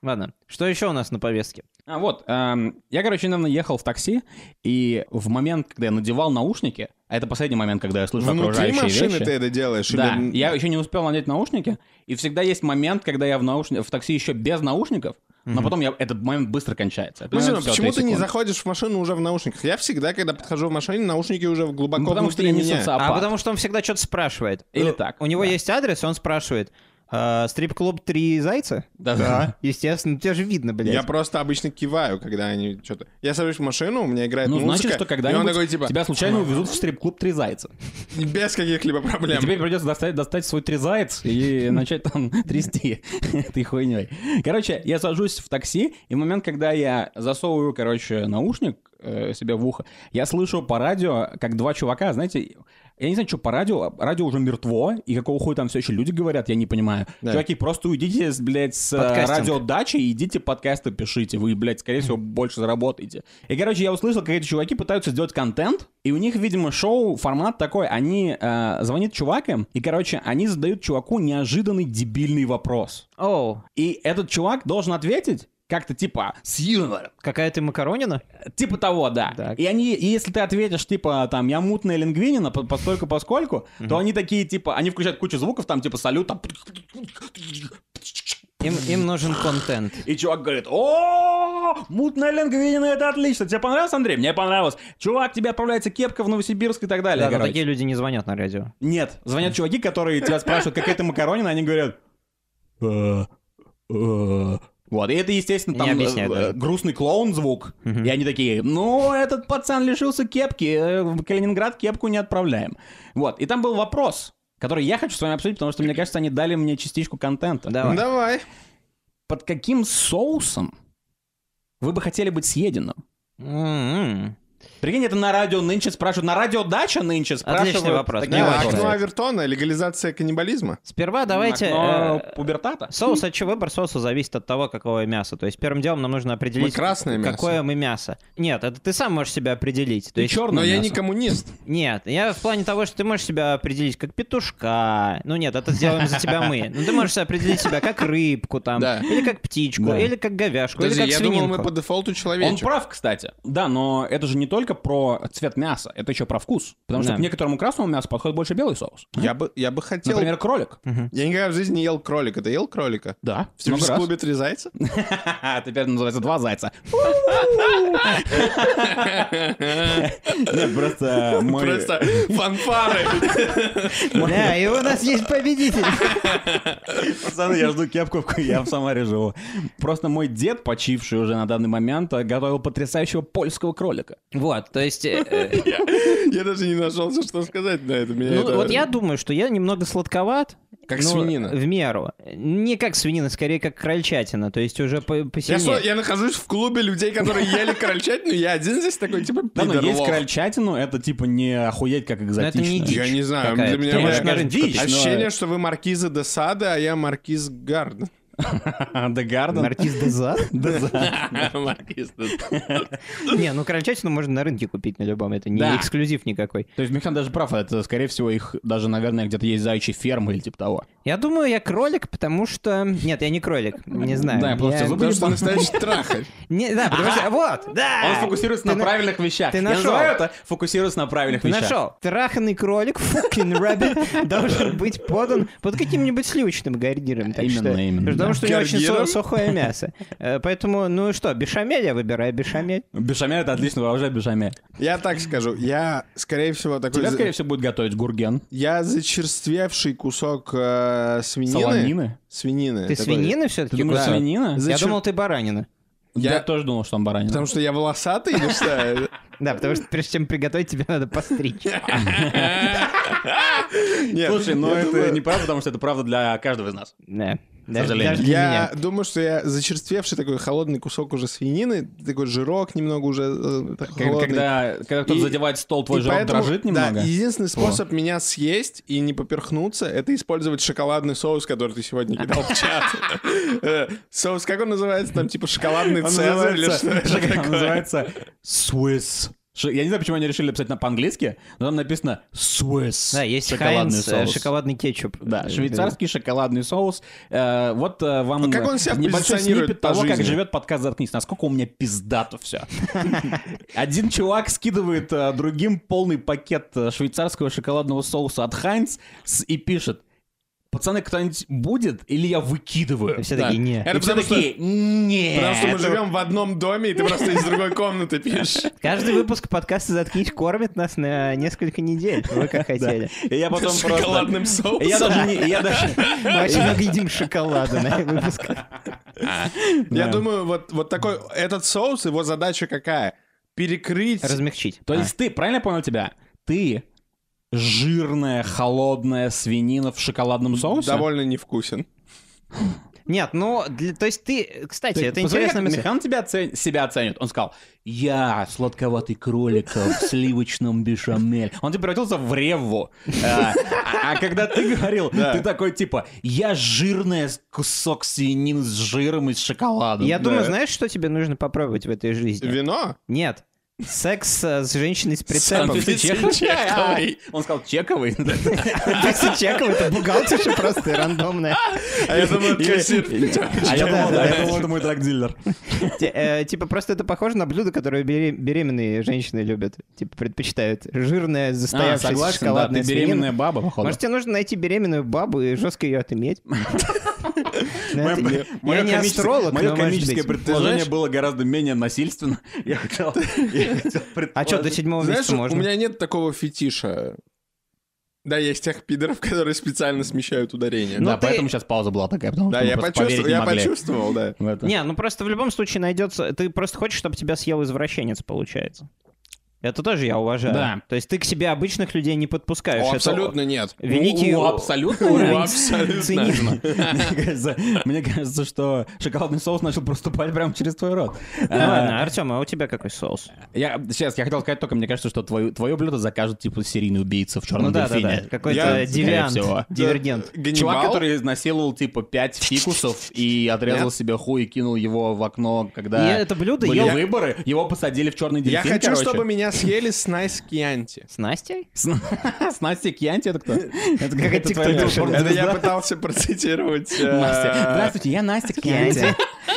[SPEAKER 2] Ладно, что еще у нас на повестке?
[SPEAKER 4] А вот, эм, я, короче, недавно ехал в такси, и в момент, когда я надевал наушники, а это последний момент, когда я слышу
[SPEAKER 3] Внутри
[SPEAKER 4] окружающие
[SPEAKER 3] машины
[SPEAKER 4] вещи.
[SPEAKER 3] ты это делаешь?
[SPEAKER 4] Да,
[SPEAKER 3] или-
[SPEAKER 4] я еще не успел надеть наушники, и всегда есть момент, когда я в, наушни- в такси еще без наушников, но потом я... этот момент быстро кончается.
[SPEAKER 3] Ну, Зина,
[SPEAKER 4] Примерно всё,
[SPEAKER 3] почему
[SPEAKER 4] три
[SPEAKER 3] ты не
[SPEAKER 4] секунды.
[SPEAKER 3] заходишь в машину уже в наушниках? Я всегда, когда подхожу в машине, наушники уже в- глубоко
[SPEAKER 4] Ну, потому что
[SPEAKER 3] внутри
[SPEAKER 4] я не
[SPEAKER 3] меня.
[SPEAKER 4] социопат.
[SPEAKER 2] А потому что он всегда что-то спрашивает.
[SPEAKER 4] Или
[SPEAKER 2] У-
[SPEAKER 4] так,
[SPEAKER 2] У него
[SPEAKER 4] да.
[SPEAKER 2] есть адрес, он спрашивает. «А, Стрип-клуб «Три зайца»?
[SPEAKER 4] Да,
[SPEAKER 3] Да.
[SPEAKER 2] Естественно, тебе же видно, блядь.
[SPEAKER 3] Я просто обычно киваю, когда они что-то... Я сажусь в машину, у меня играет
[SPEAKER 4] Ну,
[SPEAKER 3] музыка,
[SPEAKER 4] значит, что
[SPEAKER 3] и он
[SPEAKER 4] когда-нибудь
[SPEAKER 3] такой, типа,
[SPEAKER 4] тебя случайно увезут в стрип-клуб «Три зайца».
[SPEAKER 3] без каких-либо
[SPEAKER 4] И
[SPEAKER 3] проблем.
[SPEAKER 4] тебе придется достать, достать свой трезаец и начать там трясти этой хуйней. Короче, я сажусь в такси, и в момент, когда я засовываю, короче, наушник э, себе в ухо, я слышу по радио, как два чувака, знаете, я не знаю, что по радио, а радио уже мертво, и какого хуя там все еще люди говорят, я не понимаю.
[SPEAKER 3] Да.
[SPEAKER 4] Чуваки, просто уйдите, с, блядь, с э,
[SPEAKER 2] Подкастинг.
[SPEAKER 4] радиодачи и идите подкасты пишите, вы, блядь, скорее всего, больше заработаете. И, короче, я услышал, как эти чуваки пытаются сделать контент, и у них, видимо, шоу, формат такой, они э, звонит чувак им, и, короче, они задают чуваку неожиданный дебильный вопрос.
[SPEAKER 2] Оу,
[SPEAKER 4] И этот чувак должен ответить как-то типа с юмором.
[SPEAKER 2] какая ты макаронина?
[SPEAKER 4] Типа того, да.
[SPEAKER 2] Так.
[SPEAKER 4] И они, и если ты ответишь, типа, там, я мутная лингвинина, по- постольку поскольку, то они такие, типа, они включают кучу звуков, там, типа, салют, там,
[SPEAKER 2] Им, им нужен контент.
[SPEAKER 4] и чувак говорит, о мутная лингвинина, это отлично, тебе понравилось, Андрей? Мне понравилось. Чувак, тебе отправляется кепка в Новосибирск и так далее.
[SPEAKER 2] Да, но
[SPEAKER 4] короче.
[SPEAKER 2] такие люди не звонят на радио.
[SPEAKER 4] Нет, звонят чуваки, которые тебя спрашивают, какая ты макаронина, они говорят... «Э, э». Вот, и это, естественно,
[SPEAKER 2] Не
[SPEAKER 4] там э,
[SPEAKER 2] объясняют, да.
[SPEAKER 4] э, грустный клоун звук.
[SPEAKER 2] Мгм.
[SPEAKER 4] И они такие, ну, этот пацан лишился кепки, э, в Калининград кепку не отправляем. Вот, и там был вопрос, который я хочу с вами обсудить, потому что, мне кажется, они дали мне частичку контента.
[SPEAKER 2] Давай.
[SPEAKER 3] Давай.
[SPEAKER 4] Под каким соусом вы бы хотели быть съеденным?
[SPEAKER 2] М-м.
[SPEAKER 4] Прикинь, это на радио нынче спрашивают. На радио дача нынче спрашивают.
[SPEAKER 2] вопрос,
[SPEAKER 4] такие
[SPEAKER 2] не
[SPEAKER 3] Да,
[SPEAKER 2] очень.
[SPEAKER 4] вопросы.
[SPEAKER 3] А окно Авертона, легализация каннибализма.
[SPEAKER 2] Сперва давайте...
[SPEAKER 4] Окно
[SPEAKER 2] э,
[SPEAKER 4] пубертата.
[SPEAKER 2] Соус, от чего выбор соуса зависит от того, какого мяса. То есть первым делом нам нужно
[SPEAKER 3] Мы
[SPEAKER 2] определить,
[SPEAKER 3] красное мясо. Ну,
[SPEAKER 2] какое мы мясо. Нет, это ты сам можешь себя определить. То
[SPEAKER 4] Ты
[SPEAKER 2] есть,
[SPEAKER 4] черный.
[SPEAKER 3] Но я не коммунист.
[SPEAKER 4] Ну,
[SPEAKER 2] нет, я в плане того, что ты можешь себя определить как петушка. Ну нет, это сделаем за тебя мы. Ну ты можешь себя определить себя как рыбку там,
[SPEAKER 3] Да.
[SPEAKER 2] или как птичку,
[SPEAKER 4] Да.
[SPEAKER 2] или как говяжку,
[SPEAKER 3] Подожди,
[SPEAKER 2] или как
[SPEAKER 3] я думал, мы
[SPEAKER 2] свининку.
[SPEAKER 3] по дефолту
[SPEAKER 4] Он
[SPEAKER 3] человечек.
[SPEAKER 4] прав, кстати. Да, но это же не только про цвет мяса, это еще про вкус. Потому что
[SPEAKER 2] Да.
[SPEAKER 4] к некоторому красному мясу подходит больше белый соус.
[SPEAKER 3] Я бы, я бы хотел...
[SPEAKER 4] Например, кролик.
[SPEAKER 3] Я никогда в жизни не ел кролика. Ты ел кролика?
[SPEAKER 4] Да,
[SPEAKER 3] В
[SPEAKER 4] много раз. А,
[SPEAKER 3] клубе три зайца?
[SPEAKER 4] Теперь называется два зайца. Нет, Просто мой...
[SPEAKER 3] Просто фанфары.
[SPEAKER 2] Да, и у нас есть победитель.
[SPEAKER 4] Пацаны, я жду кепку, я в Самаре живу. Просто мой дед, почивший уже на данный момент, э, готовил потрясающего польского кролика.
[SPEAKER 2] Вот, то есть... э, э,
[SPEAKER 3] Я даже не нашелся, что сказать на это. Меня
[SPEAKER 2] Ну,
[SPEAKER 3] это-
[SPEAKER 2] вот я думаю, что я немного сладковат.
[SPEAKER 3] Как
[SPEAKER 2] но
[SPEAKER 3] свинина.
[SPEAKER 2] В меру. Не как свинина, скорее как крольчатина. То есть уже по-
[SPEAKER 3] Я, со-
[SPEAKER 2] посильнее.
[SPEAKER 3] я нахожусь в клубе людей, которые ели крольчатину, я один здесь такой, типа,
[SPEAKER 4] Да, но есть
[SPEAKER 3] пидорлох.
[SPEAKER 4] крольчатину, это типа не охуеть как
[SPEAKER 2] Но это
[SPEAKER 4] экзотично.
[SPEAKER 2] не дичь.
[SPEAKER 3] Я не знаю, для
[SPEAKER 2] какая-то.
[SPEAKER 3] меня
[SPEAKER 2] Ты
[SPEAKER 3] это-
[SPEAKER 2] можешь каждый день
[SPEAKER 4] Дичь.
[SPEAKER 2] купить.
[SPEAKER 3] Ощущение, что вы маркиза де Сада, а я маркиз Гард.
[SPEAKER 4] Да, Гарден.
[SPEAKER 2] Маркиз де Зад?
[SPEAKER 3] Маркиз де
[SPEAKER 2] Не, ну крольчатину можно на рынке купить на любом. Это не
[SPEAKER 4] Да.
[SPEAKER 2] эксклюзив никакой.
[SPEAKER 4] То есть Михан даже прав, это, скорее всего, их даже, наверное, где-то есть зайчий фермы или типа того.
[SPEAKER 2] Я думаю, я кролик, потому что... Нет, я не кролик. Не знаю.
[SPEAKER 4] Да, я просто зубы
[SPEAKER 3] Потому что ты настоящий трахарь.
[SPEAKER 2] Не- Да, потому что... Вот, да!
[SPEAKER 4] Он фокусируется на
[SPEAKER 2] Ты на-
[SPEAKER 4] правильных вещах.
[SPEAKER 2] ты
[SPEAKER 4] Я
[SPEAKER 2] нашел.
[SPEAKER 4] называю это фокусируется на правильных
[SPEAKER 2] Ты
[SPEAKER 4] вещах.
[SPEAKER 2] нашел. Траханный кролик, fucking rabbit, должен быть подан под каким-нибудь сливочным гарниром. Так
[SPEAKER 4] Именно,
[SPEAKER 2] что,
[SPEAKER 4] именно, да.
[SPEAKER 2] Потому что у него очень
[SPEAKER 3] Гарниром?
[SPEAKER 2] су- сухое мясо. Э, Поэтому, ну и что, бешамель я выбираю, бешамель.
[SPEAKER 4] Бешамель это отлично, вооружай бешамель.
[SPEAKER 3] Я так скажу, я, скорее всего, такой...
[SPEAKER 4] Тебя,
[SPEAKER 3] за-
[SPEAKER 4] скорее всего, будет готовить гурген.
[SPEAKER 3] Я зачерствевший кусок э, свинины.
[SPEAKER 4] Солонины.
[SPEAKER 3] Свинины.
[SPEAKER 2] Ты
[SPEAKER 3] Такой.
[SPEAKER 2] свинина все-таки?
[SPEAKER 4] Ты думаешь, свинина?
[SPEAKER 2] Я
[SPEAKER 3] Зачер-
[SPEAKER 2] думал, ты баранина.
[SPEAKER 4] Я...
[SPEAKER 3] Я-
[SPEAKER 4] тоже думал, что он баранин.
[SPEAKER 3] Потому что я волосатый или что?
[SPEAKER 2] Да, потому что прежде чем приготовить, тебе надо постричь.
[SPEAKER 3] Нет,
[SPEAKER 4] Слушай, но
[SPEAKER 3] я
[SPEAKER 4] это
[SPEAKER 3] думаю-
[SPEAKER 4] ну неправда, потому что это правда для каждого из нас.
[SPEAKER 2] Да. Даже,
[SPEAKER 4] сожалению.
[SPEAKER 2] даже для
[SPEAKER 3] Я
[SPEAKER 2] меня.
[SPEAKER 3] думаю, что я зачерствевший такой холодный кусок уже свинины, такой жирок немного уже э, так
[SPEAKER 4] Когда,
[SPEAKER 3] холодный.
[SPEAKER 4] когда, когда кто-то
[SPEAKER 3] И-
[SPEAKER 4] задевает стол, твой
[SPEAKER 3] И
[SPEAKER 4] жирок
[SPEAKER 3] поэтому,
[SPEAKER 4] дрожит
[SPEAKER 3] да,
[SPEAKER 4] немного.
[SPEAKER 3] единственный способ меня съесть и не поперхнуться, это использовать шоколадный соус, который ты сегодня кидал в чат. Э, Соус, как он называется? Там типа шоколадный
[SPEAKER 4] Он
[SPEAKER 3] цезарь или
[SPEAKER 4] называется-
[SPEAKER 3] что это
[SPEAKER 4] он
[SPEAKER 3] такое?
[SPEAKER 4] называется Swiss. Ш- Я не знаю, почему они решили написать на по-английски, но там написано Swiss.
[SPEAKER 2] Да, есть
[SPEAKER 4] шоколадный
[SPEAKER 2] Хайнс, э,
[SPEAKER 4] соус.
[SPEAKER 2] шоколадный кетчуп. Э,
[SPEAKER 4] Да,
[SPEAKER 3] Э,
[SPEAKER 4] швейцарский шоколадный соус. Э, вот э, вам
[SPEAKER 3] А как он себя
[SPEAKER 4] небольшой
[SPEAKER 3] позиционирует
[SPEAKER 4] сниппет
[SPEAKER 3] по
[SPEAKER 4] того, как
[SPEAKER 3] жизни?
[SPEAKER 4] живет подкаст «Заткнись». Насколько у меня пиздато все. Один чувак скидывает э, другим полный пакет э, швейцарского шоколадного соуса от Хайнс и пишет, пацаны, кто-нибудь будет или я выкидываю?
[SPEAKER 2] И Все
[SPEAKER 3] Да.
[SPEAKER 2] такие, не.
[SPEAKER 4] И
[SPEAKER 3] Это
[SPEAKER 4] все
[SPEAKER 3] потому что-
[SPEAKER 4] такие, нет.
[SPEAKER 3] Потому что мы живем в одном доме, и ты просто из другой комнаты пишешь.
[SPEAKER 2] Каждый выпуск подкаста «Заткнись» кормит нас на несколько недель. Вы как хотели.
[SPEAKER 4] И я потом
[SPEAKER 3] С
[SPEAKER 4] просто-
[SPEAKER 3] шоколадным соусом.
[SPEAKER 4] И Я даже не... и Я даже...
[SPEAKER 2] Мы очень много едим шоколада на выпусках.
[SPEAKER 3] Я думаю, вот, вот такой этот соус, его задача какая? Перекрыть.
[SPEAKER 2] Размягчить.
[SPEAKER 4] То есть ты, правильно я понял тебя? Ты жирная, холодная свинина в шоколадном соусе?
[SPEAKER 3] Довольно невкусен.
[SPEAKER 2] Нет, ну, для- то есть ты, кстати,
[SPEAKER 4] А. Ты
[SPEAKER 2] это
[SPEAKER 4] посмотри,
[SPEAKER 2] интересная
[SPEAKER 4] как
[SPEAKER 2] мысль.
[SPEAKER 4] Михан тебя оцен- себя оценит. Он сказал, я сладковатый кролик в сливочном бешамель. Он тебе превратился в реву. А, а когда ты говорил,
[SPEAKER 3] Да.
[SPEAKER 4] ты такой типа, я жирная с- кусок свинины с жиром и с шоколадом.
[SPEAKER 2] Я
[SPEAKER 4] Да.
[SPEAKER 2] думаю, знаешь, что тебе нужно попробовать в этой жизни?
[SPEAKER 3] Вино?
[SPEAKER 2] Нет. Секс э, с женщиной с
[SPEAKER 4] Он
[SPEAKER 2] прицепом.
[SPEAKER 4] ты чехов? Он сказал, чековый?
[SPEAKER 2] Пицца Чекова, это бухгалтерша просто рандомная.
[SPEAKER 3] А я думаю,
[SPEAKER 4] Или- А я думал, да,
[SPEAKER 2] Да-да-да.
[SPEAKER 4] я думал, это мой драгдилер.
[SPEAKER 2] Те- э, Типа просто это похоже на блюдо, которое бере- беременные женщины любят. Типа предпочитают. Жирное,
[SPEAKER 4] А,
[SPEAKER 2] застоявшееся
[SPEAKER 4] согласен, да,
[SPEAKER 2] шоколадное
[SPEAKER 4] ты беременная баба, походу.
[SPEAKER 2] Может, тебе нужно найти беременную бабу и жестко ее отыметь?
[SPEAKER 4] Моё-
[SPEAKER 2] Знаете, я-
[SPEAKER 4] моё
[SPEAKER 2] Я не
[SPEAKER 4] комическое-
[SPEAKER 2] астролог,
[SPEAKER 4] моё
[SPEAKER 2] но, может
[SPEAKER 4] комическое
[SPEAKER 2] быть.
[SPEAKER 4] предположение было гораздо менее насильственно. Я хотел, я хотел
[SPEAKER 2] А что, до
[SPEAKER 4] предположить.
[SPEAKER 2] седьмого
[SPEAKER 3] Знаешь,
[SPEAKER 2] месяца
[SPEAKER 3] у
[SPEAKER 2] можно?
[SPEAKER 3] меня нет такого фетиша. Да, есть тех пидоров, которые специально смещают ударение.
[SPEAKER 2] Ну,
[SPEAKER 4] Да,
[SPEAKER 2] ты-
[SPEAKER 4] поэтому сейчас пауза была такая, потому
[SPEAKER 3] да,
[SPEAKER 4] что мы
[SPEAKER 3] я
[SPEAKER 4] ну, просто
[SPEAKER 3] почувствовал,
[SPEAKER 4] поверить не
[SPEAKER 3] я
[SPEAKER 4] могли
[SPEAKER 3] почувствовал, да.
[SPEAKER 4] в это.
[SPEAKER 2] Не, ну просто в любом случае найдется... Ты просто хочешь, чтобы тебя съел извращенец, получается. Это тоже я уважаю.
[SPEAKER 4] Да.
[SPEAKER 2] То есть ты к себе обычных людей не подпускаешь.
[SPEAKER 3] О,
[SPEAKER 2] Это-
[SPEAKER 3] абсолютно нет.
[SPEAKER 2] Вините
[SPEAKER 4] У- у
[SPEAKER 2] его.
[SPEAKER 4] абсолютно
[SPEAKER 3] Ну,
[SPEAKER 4] уровень
[SPEAKER 3] Абсолютно.
[SPEAKER 4] цинизма. Мне кажется- Мне кажется, что шоколадный соус начал проступать прямо через твой рот.
[SPEAKER 2] Ну ладно, Артем, а у тебя какой соус?
[SPEAKER 4] Я сейчас я хотел сказать только, мне кажется, что твое, твое блюдо закажут типа серийный убийца в черном
[SPEAKER 2] Ну да, да,
[SPEAKER 4] дельфине.
[SPEAKER 2] да. Какой-то
[SPEAKER 3] Я, скорее
[SPEAKER 2] девиант,
[SPEAKER 4] всего.
[SPEAKER 2] дивергент.
[SPEAKER 3] Ганнибал?
[SPEAKER 4] Чувак, который изнасиловал типа пять фикусов и отрезал
[SPEAKER 3] Нет.
[SPEAKER 4] себе хуй и кинул его в окно,
[SPEAKER 2] И
[SPEAKER 4] когда
[SPEAKER 2] это блюдо
[SPEAKER 4] были
[SPEAKER 2] ел
[SPEAKER 4] выборы, его посадили в черный дельфин.
[SPEAKER 3] Я хочу,
[SPEAKER 4] короче.
[SPEAKER 3] чтобы меня съели с Найс Кьянти.
[SPEAKER 2] с Настей?
[SPEAKER 4] С, с Настей Кьянти это кто? Это какая-то
[SPEAKER 2] тиктокерша,
[SPEAKER 3] Это я
[SPEAKER 4] твоя порнозвезда.
[SPEAKER 3] пытался процитировать. э,
[SPEAKER 4] Настя. Здравствуйте, я Настя Кьянти.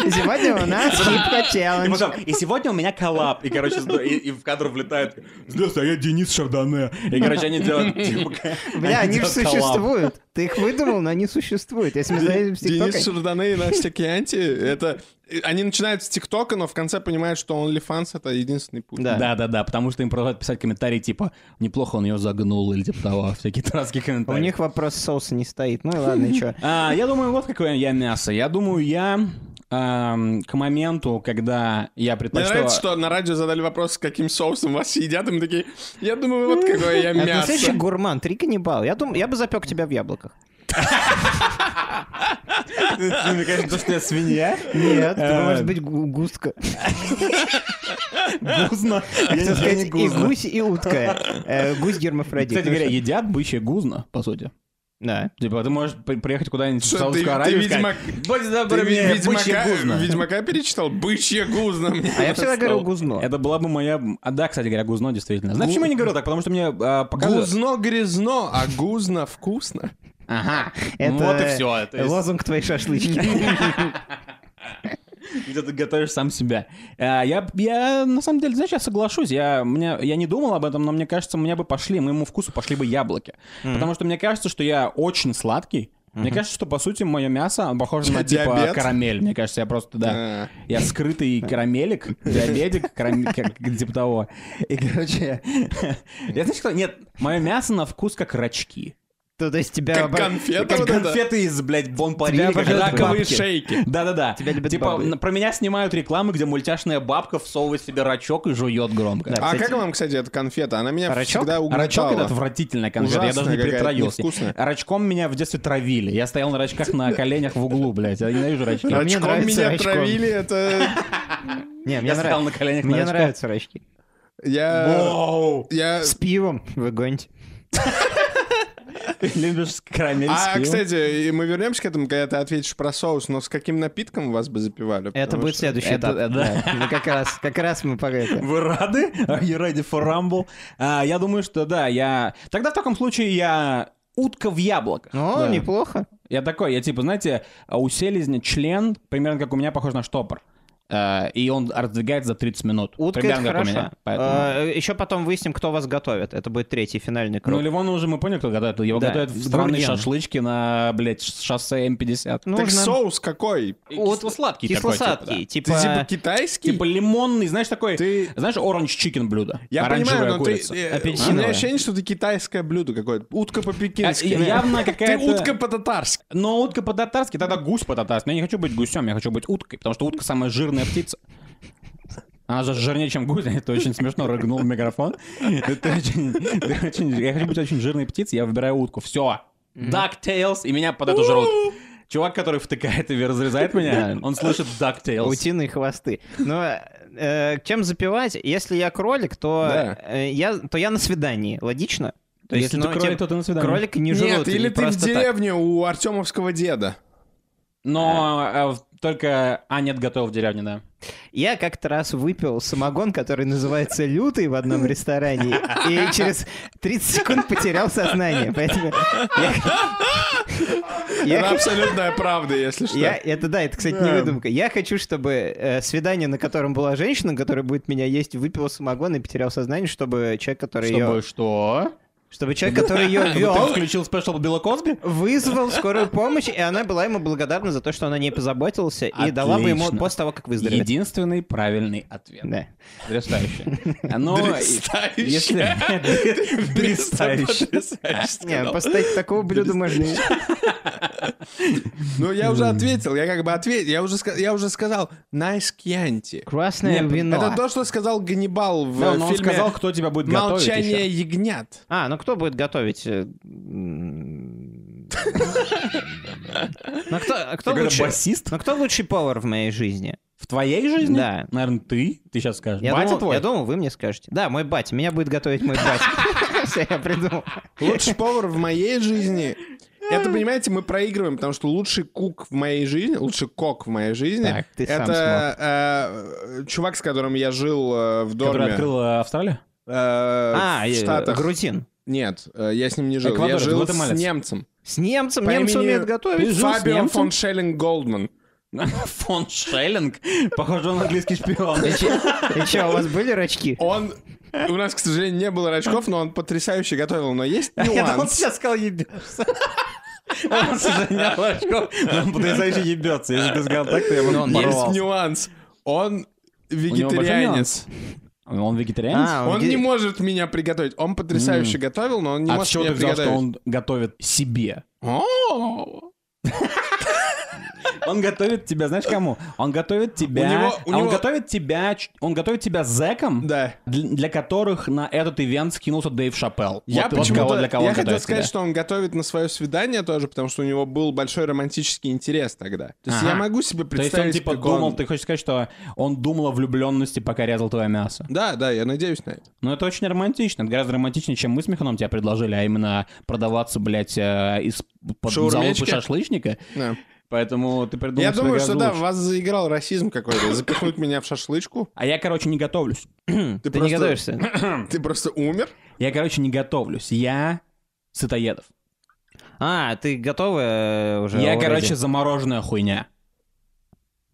[SPEAKER 2] Сегодня у нас хипка
[SPEAKER 4] И
[SPEAKER 2] челлендж.
[SPEAKER 4] потом, И сегодня у меня коллап. И, короче, и, и в кадр влетает. Здравствуйте, а я Денис Шардоне. И, короче, они делают... типа,
[SPEAKER 2] Бля, они же
[SPEAKER 4] делают коллаб.
[SPEAKER 2] существуют. Ты их выдумал, но они существуют. Если мы знаем с
[SPEAKER 3] Денис
[SPEAKER 2] ТикТока...
[SPEAKER 3] Шардоне и Настя Кьянти, это... э, Они начинают с ТикТока, но в конце понимают, что OnlyFans — это единственный путь.
[SPEAKER 2] Да.
[SPEAKER 4] Да, да, да, потому что им продолжают писать комментарии типа неплохо он ее загнул или типа того, всякие дурацкие
[SPEAKER 2] У
[SPEAKER 4] комментарии.
[SPEAKER 2] них вопрос соуса не стоит. Ну и ладно, ничего.
[SPEAKER 4] А, я думаю, вот какое я мясо. Я думаю, я эм, к моменту, когда я
[SPEAKER 3] Мне
[SPEAKER 4] предпочитал...
[SPEAKER 3] нравится, что на радио задали вопрос, с каким соусом вас едят, и мы такие, я думаю, вот какое я
[SPEAKER 2] Это настоящий
[SPEAKER 3] мясо.
[SPEAKER 2] гурман, три каннибала. Я думаю, я бы запек тебя в яблоках.
[SPEAKER 4] Мне кажется, то, что я свинья.
[SPEAKER 2] Нет, ты,
[SPEAKER 4] Э,
[SPEAKER 2] может быть, гу- густка.
[SPEAKER 4] Гузно.
[SPEAKER 2] Хотел сказать, и гусь, и утка. Э, Гусь гермафродит.
[SPEAKER 4] Кстати
[SPEAKER 2] Ну
[SPEAKER 4] говоря,
[SPEAKER 2] что?
[SPEAKER 4] едят бычье гузно, по сути.
[SPEAKER 2] Да. А
[SPEAKER 4] Типа, ты можешь при- приехать куда-нибудь в
[SPEAKER 3] Что,
[SPEAKER 4] Саудовскую
[SPEAKER 3] ты- ты
[SPEAKER 4] Аравию и
[SPEAKER 3] ведьмак-
[SPEAKER 4] сказать, «Будь добр,
[SPEAKER 3] Ты
[SPEAKER 4] мне бычье
[SPEAKER 3] Ведьмака,
[SPEAKER 4] гузно».
[SPEAKER 3] Ведьмака перечитал? Бычье гузно. мне
[SPEAKER 2] А я всегда
[SPEAKER 3] стало.
[SPEAKER 2] говорил гузно.
[SPEAKER 4] Это была бы моя... А да, кстати говоря, гузно действительно. Знаешь, почему я не говорю так? Потому что мне а, показывают...
[SPEAKER 3] Гузно грязно, а гузно вкусно.
[SPEAKER 4] Ага.
[SPEAKER 2] Это
[SPEAKER 4] Вот и все. это из-
[SPEAKER 2] лозунг твоей шашлычки.
[SPEAKER 4] Где ты готовишь сам себя. А, Я, я, на самом деле, знаешь, я соглашусь. Я, мне, я не думал об этом, но мне кажется, мне бы пошли, моему вкусу пошли бы яблоки. Потому что мне кажется, что я очень сладкий. Мне кажется, что, по сути, мое мясо оно похоже на, типа,
[SPEAKER 3] Диабет?
[SPEAKER 4] карамель. Мне кажется, я просто, да,
[SPEAKER 3] А.
[SPEAKER 4] я скрытый карамелик, диабетик, карам- как- типа того. И, короче, я, знаешь, что? Нет, мое мясо на вкус как рачки.
[SPEAKER 2] То то есть тебя...
[SPEAKER 3] Как
[SPEAKER 2] оба-
[SPEAKER 3] конфета
[SPEAKER 4] Как
[SPEAKER 3] вот это.
[SPEAKER 4] конфеты из, блядь, Бон Пари,
[SPEAKER 2] Тебя
[SPEAKER 4] как
[SPEAKER 2] обожают
[SPEAKER 4] раковые
[SPEAKER 2] бабки.
[SPEAKER 4] шейки. Да-да-да.
[SPEAKER 2] Тебя любят
[SPEAKER 4] Типа,
[SPEAKER 2] бабы.
[SPEAKER 4] н- про меня снимают рекламы, где мультяшная бабка всовывает себе рачок и жует громко.
[SPEAKER 2] Да.
[SPEAKER 3] А
[SPEAKER 2] кстати.
[SPEAKER 3] как вам, кстати, эта конфета? Она меня
[SPEAKER 2] Рачок?
[SPEAKER 3] всегда угнетала.
[SPEAKER 4] Рачок это отвратительная конфета, я
[SPEAKER 3] Ужасная
[SPEAKER 4] даже не
[SPEAKER 3] какая-то,
[SPEAKER 4] притроился.
[SPEAKER 3] невкусная.
[SPEAKER 4] Рачком меня в детстве травили. Я стоял на рачках на коленях в углу, блядь. Я ненавижу рачки.
[SPEAKER 2] Рачки. Мне
[SPEAKER 3] Рачком
[SPEAKER 2] нравится
[SPEAKER 3] меня
[SPEAKER 2] рачком.
[SPEAKER 3] травили, это...
[SPEAKER 2] Не, мне
[SPEAKER 4] Я стоял
[SPEAKER 2] нравится.
[SPEAKER 4] на коленях на
[SPEAKER 2] Мне
[SPEAKER 4] рачках.
[SPEAKER 2] нравятся рачки.
[SPEAKER 3] Я...
[SPEAKER 4] Воу!
[SPEAKER 3] Я...
[SPEAKER 2] С пивом вы гоните.
[SPEAKER 4] Ты любишь карамель с
[SPEAKER 3] А,
[SPEAKER 4] пивом?
[SPEAKER 3] кстати, и мы вернемся к этому, когда ты ответишь про соус, но с каким напитком вас бы запивали?
[SPEAKER 2] Это
[SPEAKER 3] Потому
[SPEAKER 2] будет
[SPEAKER 3] что-
[SPEAKER 2] следующий
[SPEAKER 4] это-
[SPEAKER 2] этап.
[SPEAKER 4] да.
[SPEAKER 2] Да. Ну, как раз, как раз мы по это.
[SPEAKER 4] Вы рады? Are you ready for rumble? А, я думаю, что да, я... Тогда в таком случае я утка в яблоках.
[SPEAKER 2] Ну,
[SPEAKER 4] Да.
[SPEAKER 2] неплохо.
[SPEAKER 4] Я такой, я типа, знаете, у селезня член примерно как у меня похож на штопор. Э, И он раздвигается за 30 минут.
[SPEAKER 2] Утка это
[SPEAKER 4] примерно как у
[SPEAKER 2] хорошо.
[SPEAKER 4] меня. Поэтому-
[SPEAKER 3] А,
[SPEAKER 2] Еще потом выясним, кто вас готовит. Это будет третий финальный
[SPEAKER 4] Ну,
[SPEAKER 2] круг.
[SPEAKER 4] Ливона уже мы поняли, кто готовит. Его
[SPEAKER 2] Да,
[SPEAKER 4] готовят в странные
[SPEAKER 2] Гурьян.
[SPEAKER 4] шашлычки на, блядь, ш- шоссе М50.
[SPEAKER 2] Ну, нужно-
[SPEAKER 3] Так
[SPEAKER 2] типа
[SPEAKER 3] соус какой?
[SPEAKER 4] И кисло-сладкий такой,
[SPEAKER 2] Кисло-сладкий. Типа,
[SPEAKER 4] типа,
[SPEAKER 3] Ты типа китайский?
[SPEAKER 4] да. Типа лимонный, знаешь, такой...
[SPEAKER 3] Ты-
[SPEAKER 4] Знаешь, оранж чикен блюдо.
[SPEAKER 3] Я
[SPEAKER 4] Оранжевая
[SPEAKER 3] понимаю, но ты...
[SPEAKER 4] курица.
[SPEAKER 3] э, У
[SPEAKER 2] Апельсиновая.
[SPEAKER 3] меня ощущение, что ты китайское блюдо какое-то. Утка по-пекински.
[SPEAKER 4] А, я- явно
[SPEAKER 3] Ты
[SPEAKER 4] какая-то-
[SPEAKER 3] утка по-татарски.
[SPEAKER 4] Но утка по-татарски, тогда гусь по-татарски. Но я не хочу быть гусем, я хочу быть уткой, потому что утка самая жирная птица. Она же жирнее, чем гусь, это очень смешно рыгнул в микрофон. Это очень- это очень- Я хочу быть очень жирной птицей, я выбираю утку. Все. DuckTales, и меня под эту жрут. Чувак, который втыкает и разрезает меня, он слышит DuckTales.
[SPEAKER 2] Утиные хвосты. Но э, чем запивать? Если я кролик, то,
[SPEAKER 3] Да.
[SPEAKER 2] э, я, то я на свидании. Логично? То есть,
[SPEAKER 4] Если
[SPEAKER 2] ну,
[SPEAKER 4] ты кролик,
[SPEAKER 2] тем-
[SPEAKER 4] то ты на свидание.
[SPEAKER 2] Кролика не жрут.
[SPEAKER 3] Нет, или ты в
[SPEAKER 2] просто так.
[SPEAKER 3] деревне у артемовского деда.
[SPEAKER 4] Но э, в- только... А, нет, готов в деревне, да.
[SPEAKER 2] Я как-то раз выпил самогон, который называется «Лютый» в одном ресторане, и через 30 секунд потерял сознание. Поэтому я- я
[SPEAKER 3] Это абсолютная правда, если что.
[SPEAKER 2] Я, это да, это, кстати, не
[SPEAKER 3] Да.
[SPEAKER 2] выдумка. Я хочу, чтобы э, свидание, на котором была женщина, которая будет меня есть, выпила самогон и потерял сознание, чтобы человек, который
[SPEAKER 4] Чтобы
[SPEAKER 2] ее...
[SPEAKER 4] что?
[SPEAKER 2] Чтобы человек, который ее
[SPEAKER 4] Ты
[SPEAKER 2] вел,
[SPEAKER 4] включил спешл Билла Косби?
[SPEAKER 2] вызвал скорую помощь, и она была ему благодарна за то, что она не позаботилась и дала бы ему
[SPEAKER 4] Отлично.
[SPEAKER 2] после того, как выздоровеет.
[SPEAKER 4] Единственный правильный ответ.
[SPEAKER 2] Да.
[SPEAKER 4] Потрясающе. Ну, Но
[SPEAKER 3] Потрясающе.
[SPEAKER 4] если... Потрясающе.
[SPEAKER 2] Не, поставить такого блюда можно... и-
[SPEAKER 3] Ну, я уже ответил, я как бы ответил, я уже, ска- я уже сказал «Nice Chianti».
[SPEAKER 2] Красное
[SPEAKER 4] Не,
[SPEAKER 2] вино.
[SPEAKER 3] Это то, что сказал Ганнибал в
[SPEAKER 4] Да,
[SPEAKER 3] э,
[SPEAKER 4] но он
[SPEAKER 3] фильме
[SPEAKER 4] сказал, кто тебя будет готовить
[SPEAKER 3] «Молчание
[SPEAKER 4] еще.
[SPEAKER 3] ягнят».
[SPEAKER 2] А, ну кто будет готовить? э, м, Ну кто, а кто
[SPEAKER 4] Ты говоришь,
[SPEAKER 2] лучше?
[SPEAKER 4] басист?
[SPEAKER 2] Ну кто лучший повар в моей жизни?
[SPEAKER 4] В твоей жизни?
[SPEAKER 2] Да.
[SPEAKER 4] Наверное, ты. Ты сейчас скажешь.
[SPEAKER 2] Я
[SPEAKER 4] Батя
[SPEAKER 2] думал,
[SPEAKER 4] твой?
[SPEAKER 2] я думал, вы мне скажете. Да, мой батя. Меня будет готовить мой батя. Все, я придумал.
[SPEAKER 3] Лучший повар в моей жизни. Это, понимаете, мы проигрываем, потому что лучший кук в моей жизни, лучший кок в моей жизни,
[SPEAKER 2] Так, ты сам
[SPEAKER 3] это э, чувак, с которым я жил э, в
[SPEAKER 4] Который
[SPEAKER 3] доме.
[SPEAKER 4] открыл э, Австралию?
[SPEAKER 3] э,
[SPEAKER 2] А,
[SPEAKER 3] в
[SPEAKER 2] э,
[SPEAKER 3] Штатах.
[SPEAKER 2] грузин.
[SPEAKER 3] Нет, э, я с ним не жил. Я
[SPEAKER 4] Эквадорец,
[SPEAKER 3] жил с
[SPEAKER 4] гватемалец.
[SPEAKER 3] немцем.
[SPEAKER 2] С немцем.
[SPEAKER 3] По
[SPEAKER 2] Немцы
[SPEAKER 3] имени
[SPEAKER 2] умеют готовить.
[SPEAKER 4] жил с
[SPEAKER 3] Фабио
[SPEAKER 4] немцем?
[SPEAKER 3] фон Шеллинг Голдман.
[SPEAKER 4] Фон Шеллинг? Похоже, он английский шпион.
[SPEAKER 2] И че, у вас были рачки?
[SPEAKER 3] Он... У нас, к сожалению, не было рачков, но он потрясающе готовил. Но есть
[SPEAKER 4] Это он
[SPEAKER 3] нюанс.
[SPEAKER 4] сейчас сказал ебешься. Он сожалел очков, но он потрясающе ебется. Если бы ты сказал так, то я бы
[SPEAKER 2] Но он
[SPEAKER 3] Есть
[SPEAKER 4] порвался.
[SPEAKER 3] нюанс. Он
[SPEAKER 4] него большой
[SPEAKER 3] вегетарианец.
[SPEAKER 4] нюанс? Он вегетарианец?
[SPEAKER 2] А,
[SPEAKER 3] Он
[SPEAKER 2] где-
[SPEAKER 3] не может меня приготовить. Он потрясающе готовил, но он не
[SPEAKER 4] А с
[SPEAKER 3] может
[SPEAKER 4] чего
[SPEAKER 3] меня
[SPEAKER 4] ты взял, что
[SPEAKER 3] приготовить.
[SPEAKER 4] он готовит себе?
[SPEAKER 3] О,
[SPEAKER 4] Он готовит тебя, знаешь, кому? Он готовит тебя...
[SPEAKER 3] него- у
[SPEAKER 4] а
[SPEAKER 3] него-
[SPEAKER 4] Он готовит тебя... ч- Он готовит тебя зэком,
[SPEAKER 3] Да.
[SPEAKER 4] для, для которых на этот ивент скинулся Дэйв Шапелл.
[SPEAKER 3] Я
[SPEAKER 4] вот, вот
[SPEAKER 3] почему-то-
[SPEAKER 4] кого, для кого
[SPEAKER 3] я
[SPEAKER 4] он
[SPEAKER 3] хотел
[SPEAKER 4] готовит
[SPEAKER 3] сказать,
[SPEAKER 4] тебя.
[SPEAKER 3] что он готовит на свое свидание тоже, потому что у него был большой романтический интерес тогда. То есть
[SPEAKER 4] Ага.
[SPEAKER 3] я могу себе
[SPEAKER 4] То есть он
[SPEAKER 3] представить,
[SPEAKER 4] типа
[SPEAKER 3] как
[SPEAKER 4] думал,
[SPEAKER 3] он-
[SPEAKER 4] ты хочешь сказать, что он думал о влюбленности, пока резал твое мясо.
[SPEAKER 3] Да, да, я надеюсь на это.
[SPEAKER 4] Но это очень романтично. Это гораздо романтичнее, чем мы с Миханом тебе предложили, а именно продаваться, блядь, э, из под
[SPEAKER 3] Шаурмечки?
[SPEAKER 4] залупы шашлычника.
[SPEAKER 3] Да.
[SPEAKER 4] Поэтому ты придумал
[SPEAKER 3] Я
[SPEAKER 4] себе
[SPEAKER 3] думаю,
[SPEAKER 4] гораздо
[SPEAKER 3] что да,
[SPEAKER 4] лучше.
[SPEAKER 3] вас заиграл расизм какой-то. Запихнуть меня в шашлычку.
[SPEAKER 4] А я, короче, не готовлюсь.
[SPEAKER 3] Ты
[SPEAKER 2] Ты не
[SPEAKER 3] просто-
[SPEAKER 2] готовишься?
[SPEAKER 4] Хм.
[SPEAKER 3] Ты просто умер?
[SPEAKER 4] Я, короче, не готовлюсь. Я сытоедов.
[SPEAKER 2] А, ты готова э, уже?
[SPEAKER 4] Я,
[SPEAKER 2] already?
[SPEAKER 4] короче, замороженная хуйня.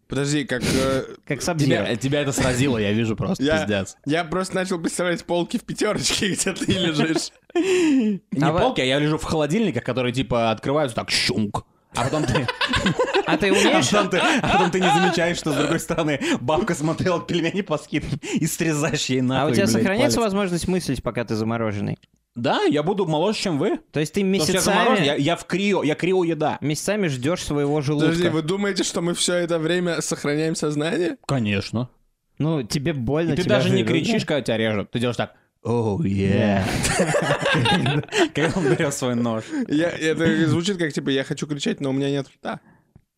[SPEAKER 3] Подожди, как... э,
[SPEAKER 2] Как саб
[SPEAKER 4] Тебя, тебя это сразило, я вижу просто,
[SPEAKER 3] Я-
[SPEAKER 4] пиздец.
[SPEAKER 3] Я просто начал представлять полки в пятерочке, где ты лежишь.
[SPEAKER 4] Не
[SPEAKER 2] вы-
[SPEAKER 4] полки, а я лежу в холодильниках, которые типа открываются так щунк. А потом ты,
[SPEAKER 2] А ты
[SPEAKER 4] а
[SPEAKER 2] умеешь?
[SPEAKER 4] потом ты, а потом ты не замечаешь, что с другой стороны бабка смотрела пельмени по скидке и срезаешь ей
[SPEAKER 2] А
[SPEAKER 4] нахуй.
[SPEAKER 2] у тебя
[SPEAKER 4] блядь,
[SPEAKER 2] сохраняется
[SPEAKER 4] палец.
[SPEAKER 2] возможность мыслить, пока ты замороженный?
[SPEAKER 4] Да, я буду моложе, чем вы.
[SPEAKER 2] То есть ты
[SPEAKER 4] Потому что я Ну, заморожен, я,
[SPEAKER 2] месяцами,
[SPEAKER 4] я в крио, я крио еда.
[SPEAKER 2] месяцами ждешь своего желудка.
[SPEAKER 3] Подожди, вы думаете, что мы все это время сохраняем сознание?
[SPEAKER 4] Конечно.
[SPEAKER 2] Ну, тебе больно.
[SPEAKER 4] И ты
[SPEAKER 2] тебя
[SPEAKER 4] даже не
[SPEAKER 2] жрут.
[SPEAKER 4] кричишь, когда тебя режут. Ты делаешь так. Оу, yeah. Когда он берет свой нож.
[SPEAKER 3] Я, это звучит как, типа, я хочу кричать, но у меня нет рта.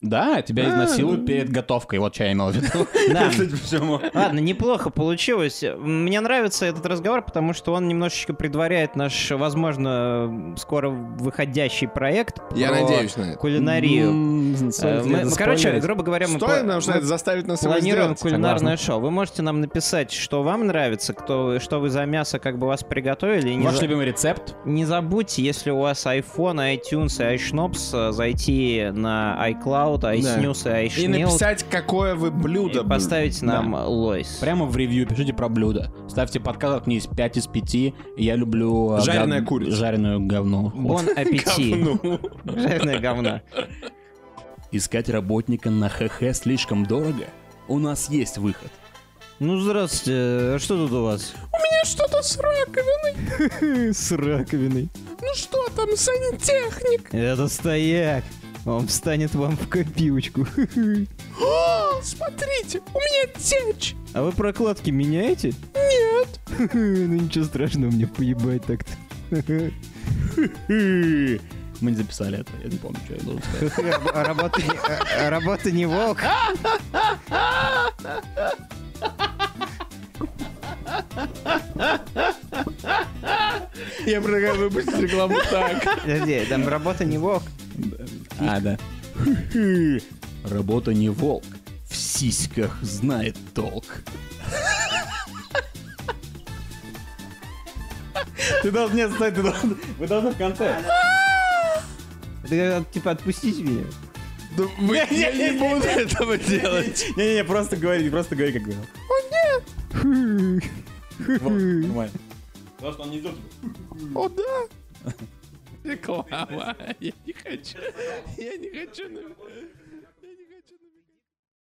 [SPEAKER 4] Да,
[SPEAKER 3] А,
[SPEAKER 4] тебя
[SPEAKER 3] ну.
[SPEAKER 4] изнасилуют перед готовкой. Вот что я имел в виду.
[SPEAKER 2] Да.
[SPEAKER 4] Судя по всему.
[SPEAKER 2] Ладно, неплохо получилось. Мне нравится этот разговор, потому что он немножечко предваряет наш, возможно, скоро выходящий проект.
[SPEAKER 3] Я
[SPEAKER 2] про
[SPEAKER 3] надеюсь на это.
[SPEAKER 2] Кулинарию.
[SPEAKER 4] М,
[SPEAKER 2] Э,
[SPEAKER 4] стоит ли
[SPEAKER 2] мы-
[SPEAKER 4] это
[SPEAKER 2] мы, короче,
[SPEAKER 4] спойлерить?
[SPEAKER 2] грубо говоря, мы
[SPEAKER 3] Стоит
[SPEAKER 2] по-
[SPEAKER 3] нам, что
[SPEAKER 2] мы
[SPEAKER 3] это заставит нас его
[SPEAKER 2] планируем
[SPEAKER 3] сделать.
[SPEAKER 2] кулинарное шоу. Вы можете нам написать, что вам нравится, кто, что вы за мясо как бы вас приготовили. И не
[SPEAKER 4] Ваш
[SPEAKER 2] за-
[SPEAKER 4] любимый рецепт?
[SPEAKER 2] Не забудьте, если у вас iPhone, iTunes и iShnops, э, зайти на iCloud, iSnews и
[SPEAKER 3] И
[SPEAKER 2] iShnews
[SPEAKER 3] написать, какое вы блюдо.
[SPEAKER 2] и поставить нам лойс.
[SPEAKER 4] Прямо в ревью пишите про блюда. Ставьте подкаст мне из 5 из 5. Я люблю... э,
[SPEAKER 3] Жареная
[SPEAKER 4] гов-
[SPEAKER 3] курица.
[SPEAKER 4] Жареную говно.
[SPEAKER 2] Бон аппетит.
[SPEAKER 3] Говно.
[SPEAKER 2] Жареное говно.
[SPEAKER 4] Искать работника на ХХ слишком дорого? У нас есть выход.
[SPEAKER 2] Ну, здравствуйте, что тут у вас?
[SPEAKER 5] Что-то с раковиной.
[SPEAKER 2] С раковиной.
[SPEAKER 5] Ну что там, сантехник?
[SPEAKER 2] Это стояк. Он встанет вам в копилочку.
[SPEAKER 5] О, смотрите, у меня течь.
[SPEAKER 2] А вы прокладки меняете?
[SPEAKER 5] Нет.
[SPEAKER 2] Ну ничего страшного, мне поебать так-то.
[SPEAKER 4] Мы не записали это, я не помню, что я должен сказать.
[SPEAKER 2] Работа не- а- а работа не волк.
[SPEAKER 3] Я предлагаю выпустить рекламу так.
[SPEAKER 2] Подожди, там работа не волк.
[SPEAKER 4] А, да. Работа не волк. В сиськах знает толк. Ты должен не отстать, ты должен... Вы должны в конце.
[SPEAKER 2] Да, Типа, отпустите меня.
[SPEAKER 3] Да вы- Я не буду этого делать.
[SPEAKER 4] Не-не-не, просто говори, просто говори, как говорил. Вот, нормально. Потому что он не идет.
[SPEAKER 3] О, да. Реклама. Я не хочу. Я не хочу.